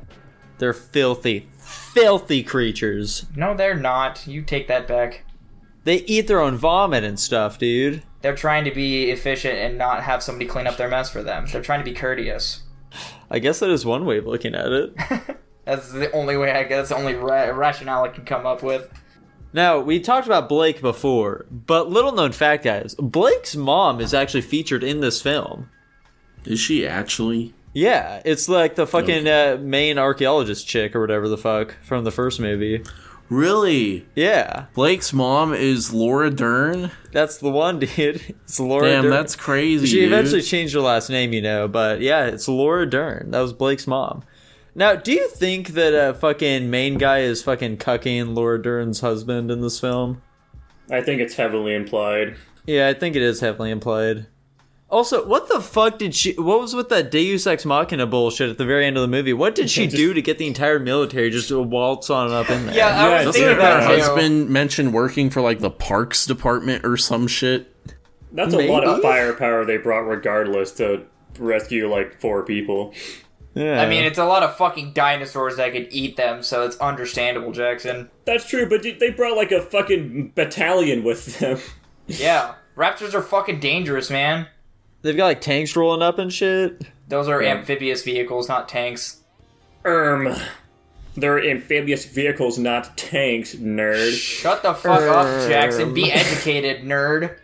They're filthy, filthy creatures. No, they're not. You take that back. They eat their own vomit and stuff, dude. They're trying to be efficient and not have somebody clean up their mess for them. They're trying to be courteous. I guess that is one way of looking at it. That's the only way I guess. That's the only ra- rationale I can come up with. Now, we talked about Blake before, but little known fact, guys, Blake's mom is actually featured in this film. Is she actually? Yeah, it's like the fucking uh, main archaeologist chick or whatever the fuck from the first movie. Really? Yeah, Blake's mom is Laura Dern? that's the one, dude. It's Laura Damn, Dern. that's crazy. She dude. eventually changed her last name, you know, but yeah, it's Laura Dern. That was Blake's mom. Now, do you think that uh, fucking main guy is fucking cucking Laura Dern's husband in this film? I think it's heavily implied. Yeah, I think it is heavily implied. Also, what the fuck did she? What was with that Deus Ex Machina bullshit at the very end of the movie? What did she do to get the entire military just to waltz on up in there? Yeah, I was it's thinking like Her about that it too. husband mentioned working for like the parks department or some shit. That's a lot of Maybe? firepower they brought, regardless, to rescue like four people. Yeah. I mean, it's a lot of fucking dinosaurs that could eat them, so it's understandable, Jackson. That's true, but dude, they brought like a fucking battalion with them. Yeah, raptors are fucking dangerous, man. they've got like tanks rolling up and shit. Those are amphibious vehicles, not tanks. Erm. They're amphibious vehicles, not tanks, nerd. Shut the fuck Uh. up, Jackson. Be educated, nerd.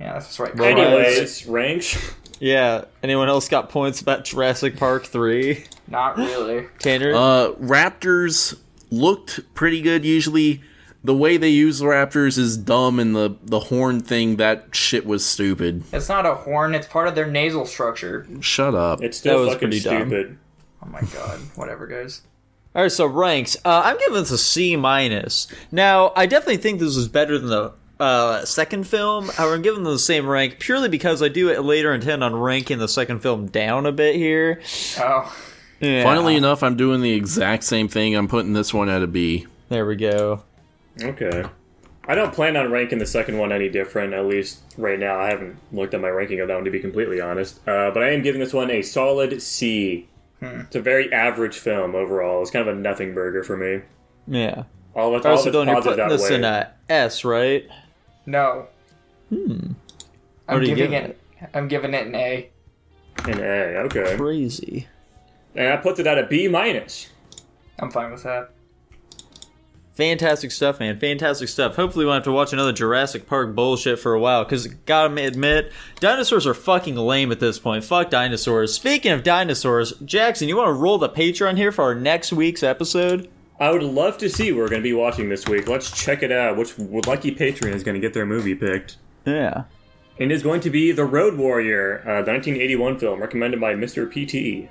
Yeah, that's right. Right. Anyways, ranks. Yeah. Anyone else got points about Jurassic Park three? Uh, Not really. Tanner. Uh, raptors looked pretty good usually. The way they use the Raptors is dumb, and the, the horn thing, that shit was stupid. It's not a horn. It's part of their nasal structure. Shut up. It's still That was fucking pretty dumb. stupid. Oh my god. Whatever, guys. All right, so ranks. Uh, I'm giving this a C minus. Now, I definitely think this was better than the uh, second film. However, I'm giving them the same rank purely because I do later intend on ranking the second film down a bit here. Oh, Yeah. Funnily enough, I'm doing the exact same thing. I'm putting this one at a B. there we go. Okay. I don't plan on ranking the second one any different, at least right now. I haven't looked at my ranking of that one to be completely honest. Uh, but I am giving this one a solid C. Hmm. It's a very average film overall. It's kind of a nothing burger for me. Yeah. All of, All right, all of so it's Dylan, you're positive putting that this way. in a S, right? no. Hmm. What I'm are you giving giving it. I'm giving it an A. An A, okay. Crazy. And I put it at a B minus. I'm fine with that. Fantastic stuff, man. Fantastic stuff. Hopefully, we won't have to watch another Jurassic Park bullshit for a while. Because, gotta admit, dinosaurs are fucking lame at this point. Fuck dinosaurs. Speaking of dinosaurs, Jackson, you want to roll the Patreon here for our next week's episode? I would love to see what we're going to be watching this week. Let's check it out. Which lucky patron is going to get their movie picked? Yeah. It is going to be The Road Warrior, uh, the 1981 film recommended by Mr. PT.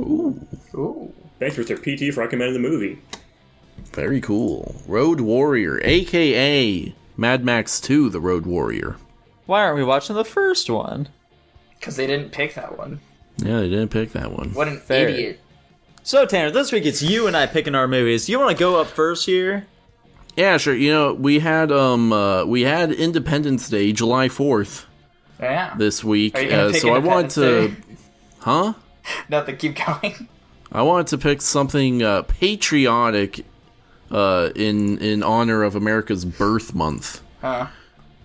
Ooh. E. Thanks, Mr. PT, E, for recommending the movie. Very cool. Road Warrior, aka Mad Max 2, the Road Warrior. Why aren't we watching the first one? Because they didn't pick that one. Yeah, they didn't pick that one. What an Fair. idiot. So, Tanner, this week it's you and I picking our movies. You want to go up first here? Yeah, sure. You know, we had um uh, we had Independence Day, July 4th Yeah. this week. Are you gonna uh, pick so I wanted to Independence Huh? Nothing. Keep going. I wanted to pick something uh, patriotic uh, in in honor of America's birth month. Huh.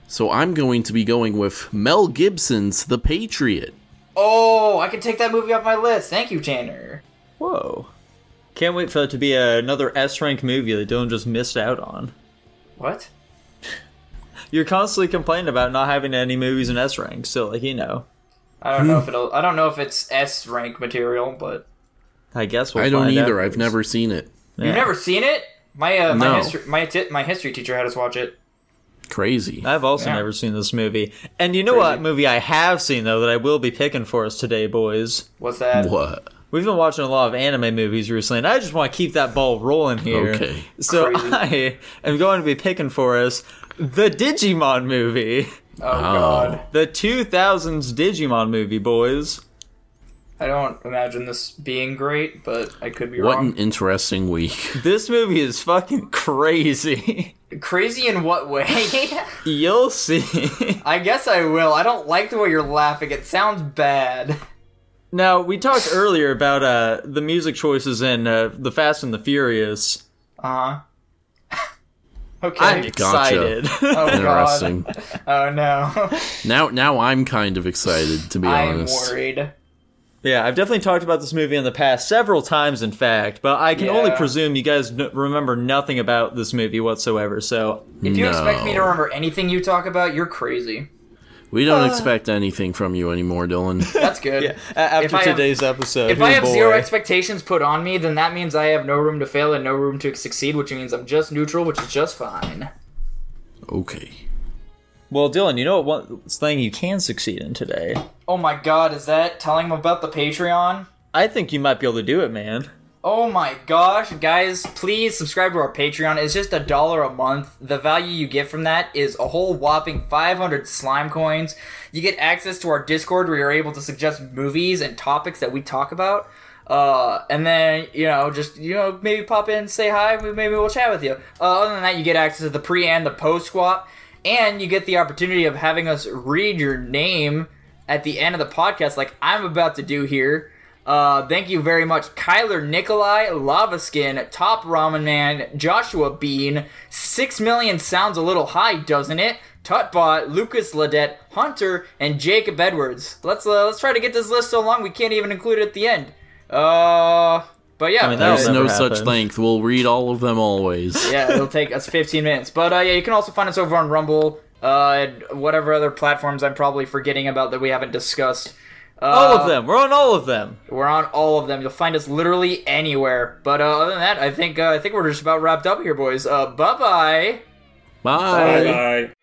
So I'm going to be going with Mel Gibson's The Patriot. Oh, I can take that movie off my list. Thank you, Tanner. Whoa. Can't wait for it to be another S rank movie that Dylan just missed out on. What? You're constantly complaining about not having any movies in S rank, so, like, you know. I don't Hmm. know if it'll. I don't know if it's S rank material, but I guess we'll I don't find out either. I've first. never seen it. Yeah. you've never seen it. My uh, No. my history my ti my history teacher had us watch it. Crazy. I've also Yeah. never seen this movie. And you know what Crazy. movie I have seen though that I will be picking for us today, boys. What's that? oh, What? We've been watching a lot of anime movies recently, and I just want to keep that ball rolling here. Okay. So Crazy. I am going to be picking for us the Digimon movie. Oh, god, The 2000s Digimon movie, boys. I don't imagine this being great, but I could be What wrong. an interesting week. This movie is fucking crazy. Crazy in what way? You'll see. I guess I will. I don't like the way you're laughing. It sounds bad. now, we talked earlier about uh, the music choices in uh, The Fast and the Furious. Uh huh. I'm okay. Gotcha. excited. oh Interesting. god. Oh no. now now I'm kind of excited to be I'm honest. worried. Yeah, I've definitely talked about this movie in the past several times, in fact, but I can only Yeah. presume you guys n- remember nothing about this movie whatsoever. So, If you expect me to No. remember anything you talk about, you're crazy. We don't expect anything from you anymore, Dylan. That's good. yeah, a- after If I have- today's episode, If I oh have boy. zero expectations put on me, then that means I have no room to fail and no room to succeed, which means I'm just neutral, which is just fine. Okay. well, Dylan, you know what one thing you can succeed in today? Oh my god, is that telling him about the Patreon? I think you might be able to do it, man. Oh my gosh, guys, please subscribe to our Patreon. It's just a dollar a month. The value you get from that is a whole whopping 500 slime coins. You get access to our Discord where you're able to suggest movies and topics that we talk about. Uh, and then, you know, just, you know, maybe pop in, say hi, we- maybe we'll chat with you. Uh, other than that, you get access to the pre and the post squat, and you get the opportunity of having us read your name at the end of the podcast, like I'm about to do here. Uh, thank you very much, Kyler Nikolai, Lava Skin, Top Ramen Man, Joshua Bean. Six million sounds a little high, doesn't it? Tutbot, Lucas Ledette, Hunter, and Jacob Edwards. Let's uh, let's try to get this list so long we can't even include it at the end. Uh, but yeah, mean, that There's That'll no never such happen. length. We'll read all of them always. yeah, it'll take us 15 minutes. But uh, yeah, you can also find us over on Rumble, uh, and whatever other platforms I'm probably forgetting about that we haven't discussed. all of them. We're on all of them. We're on all of them. You'll find us literally anywhere. But uh, other than that, I think uh, I think we're just about wrapped up here, boys. Uh, bye bye. Bye. Bye bye.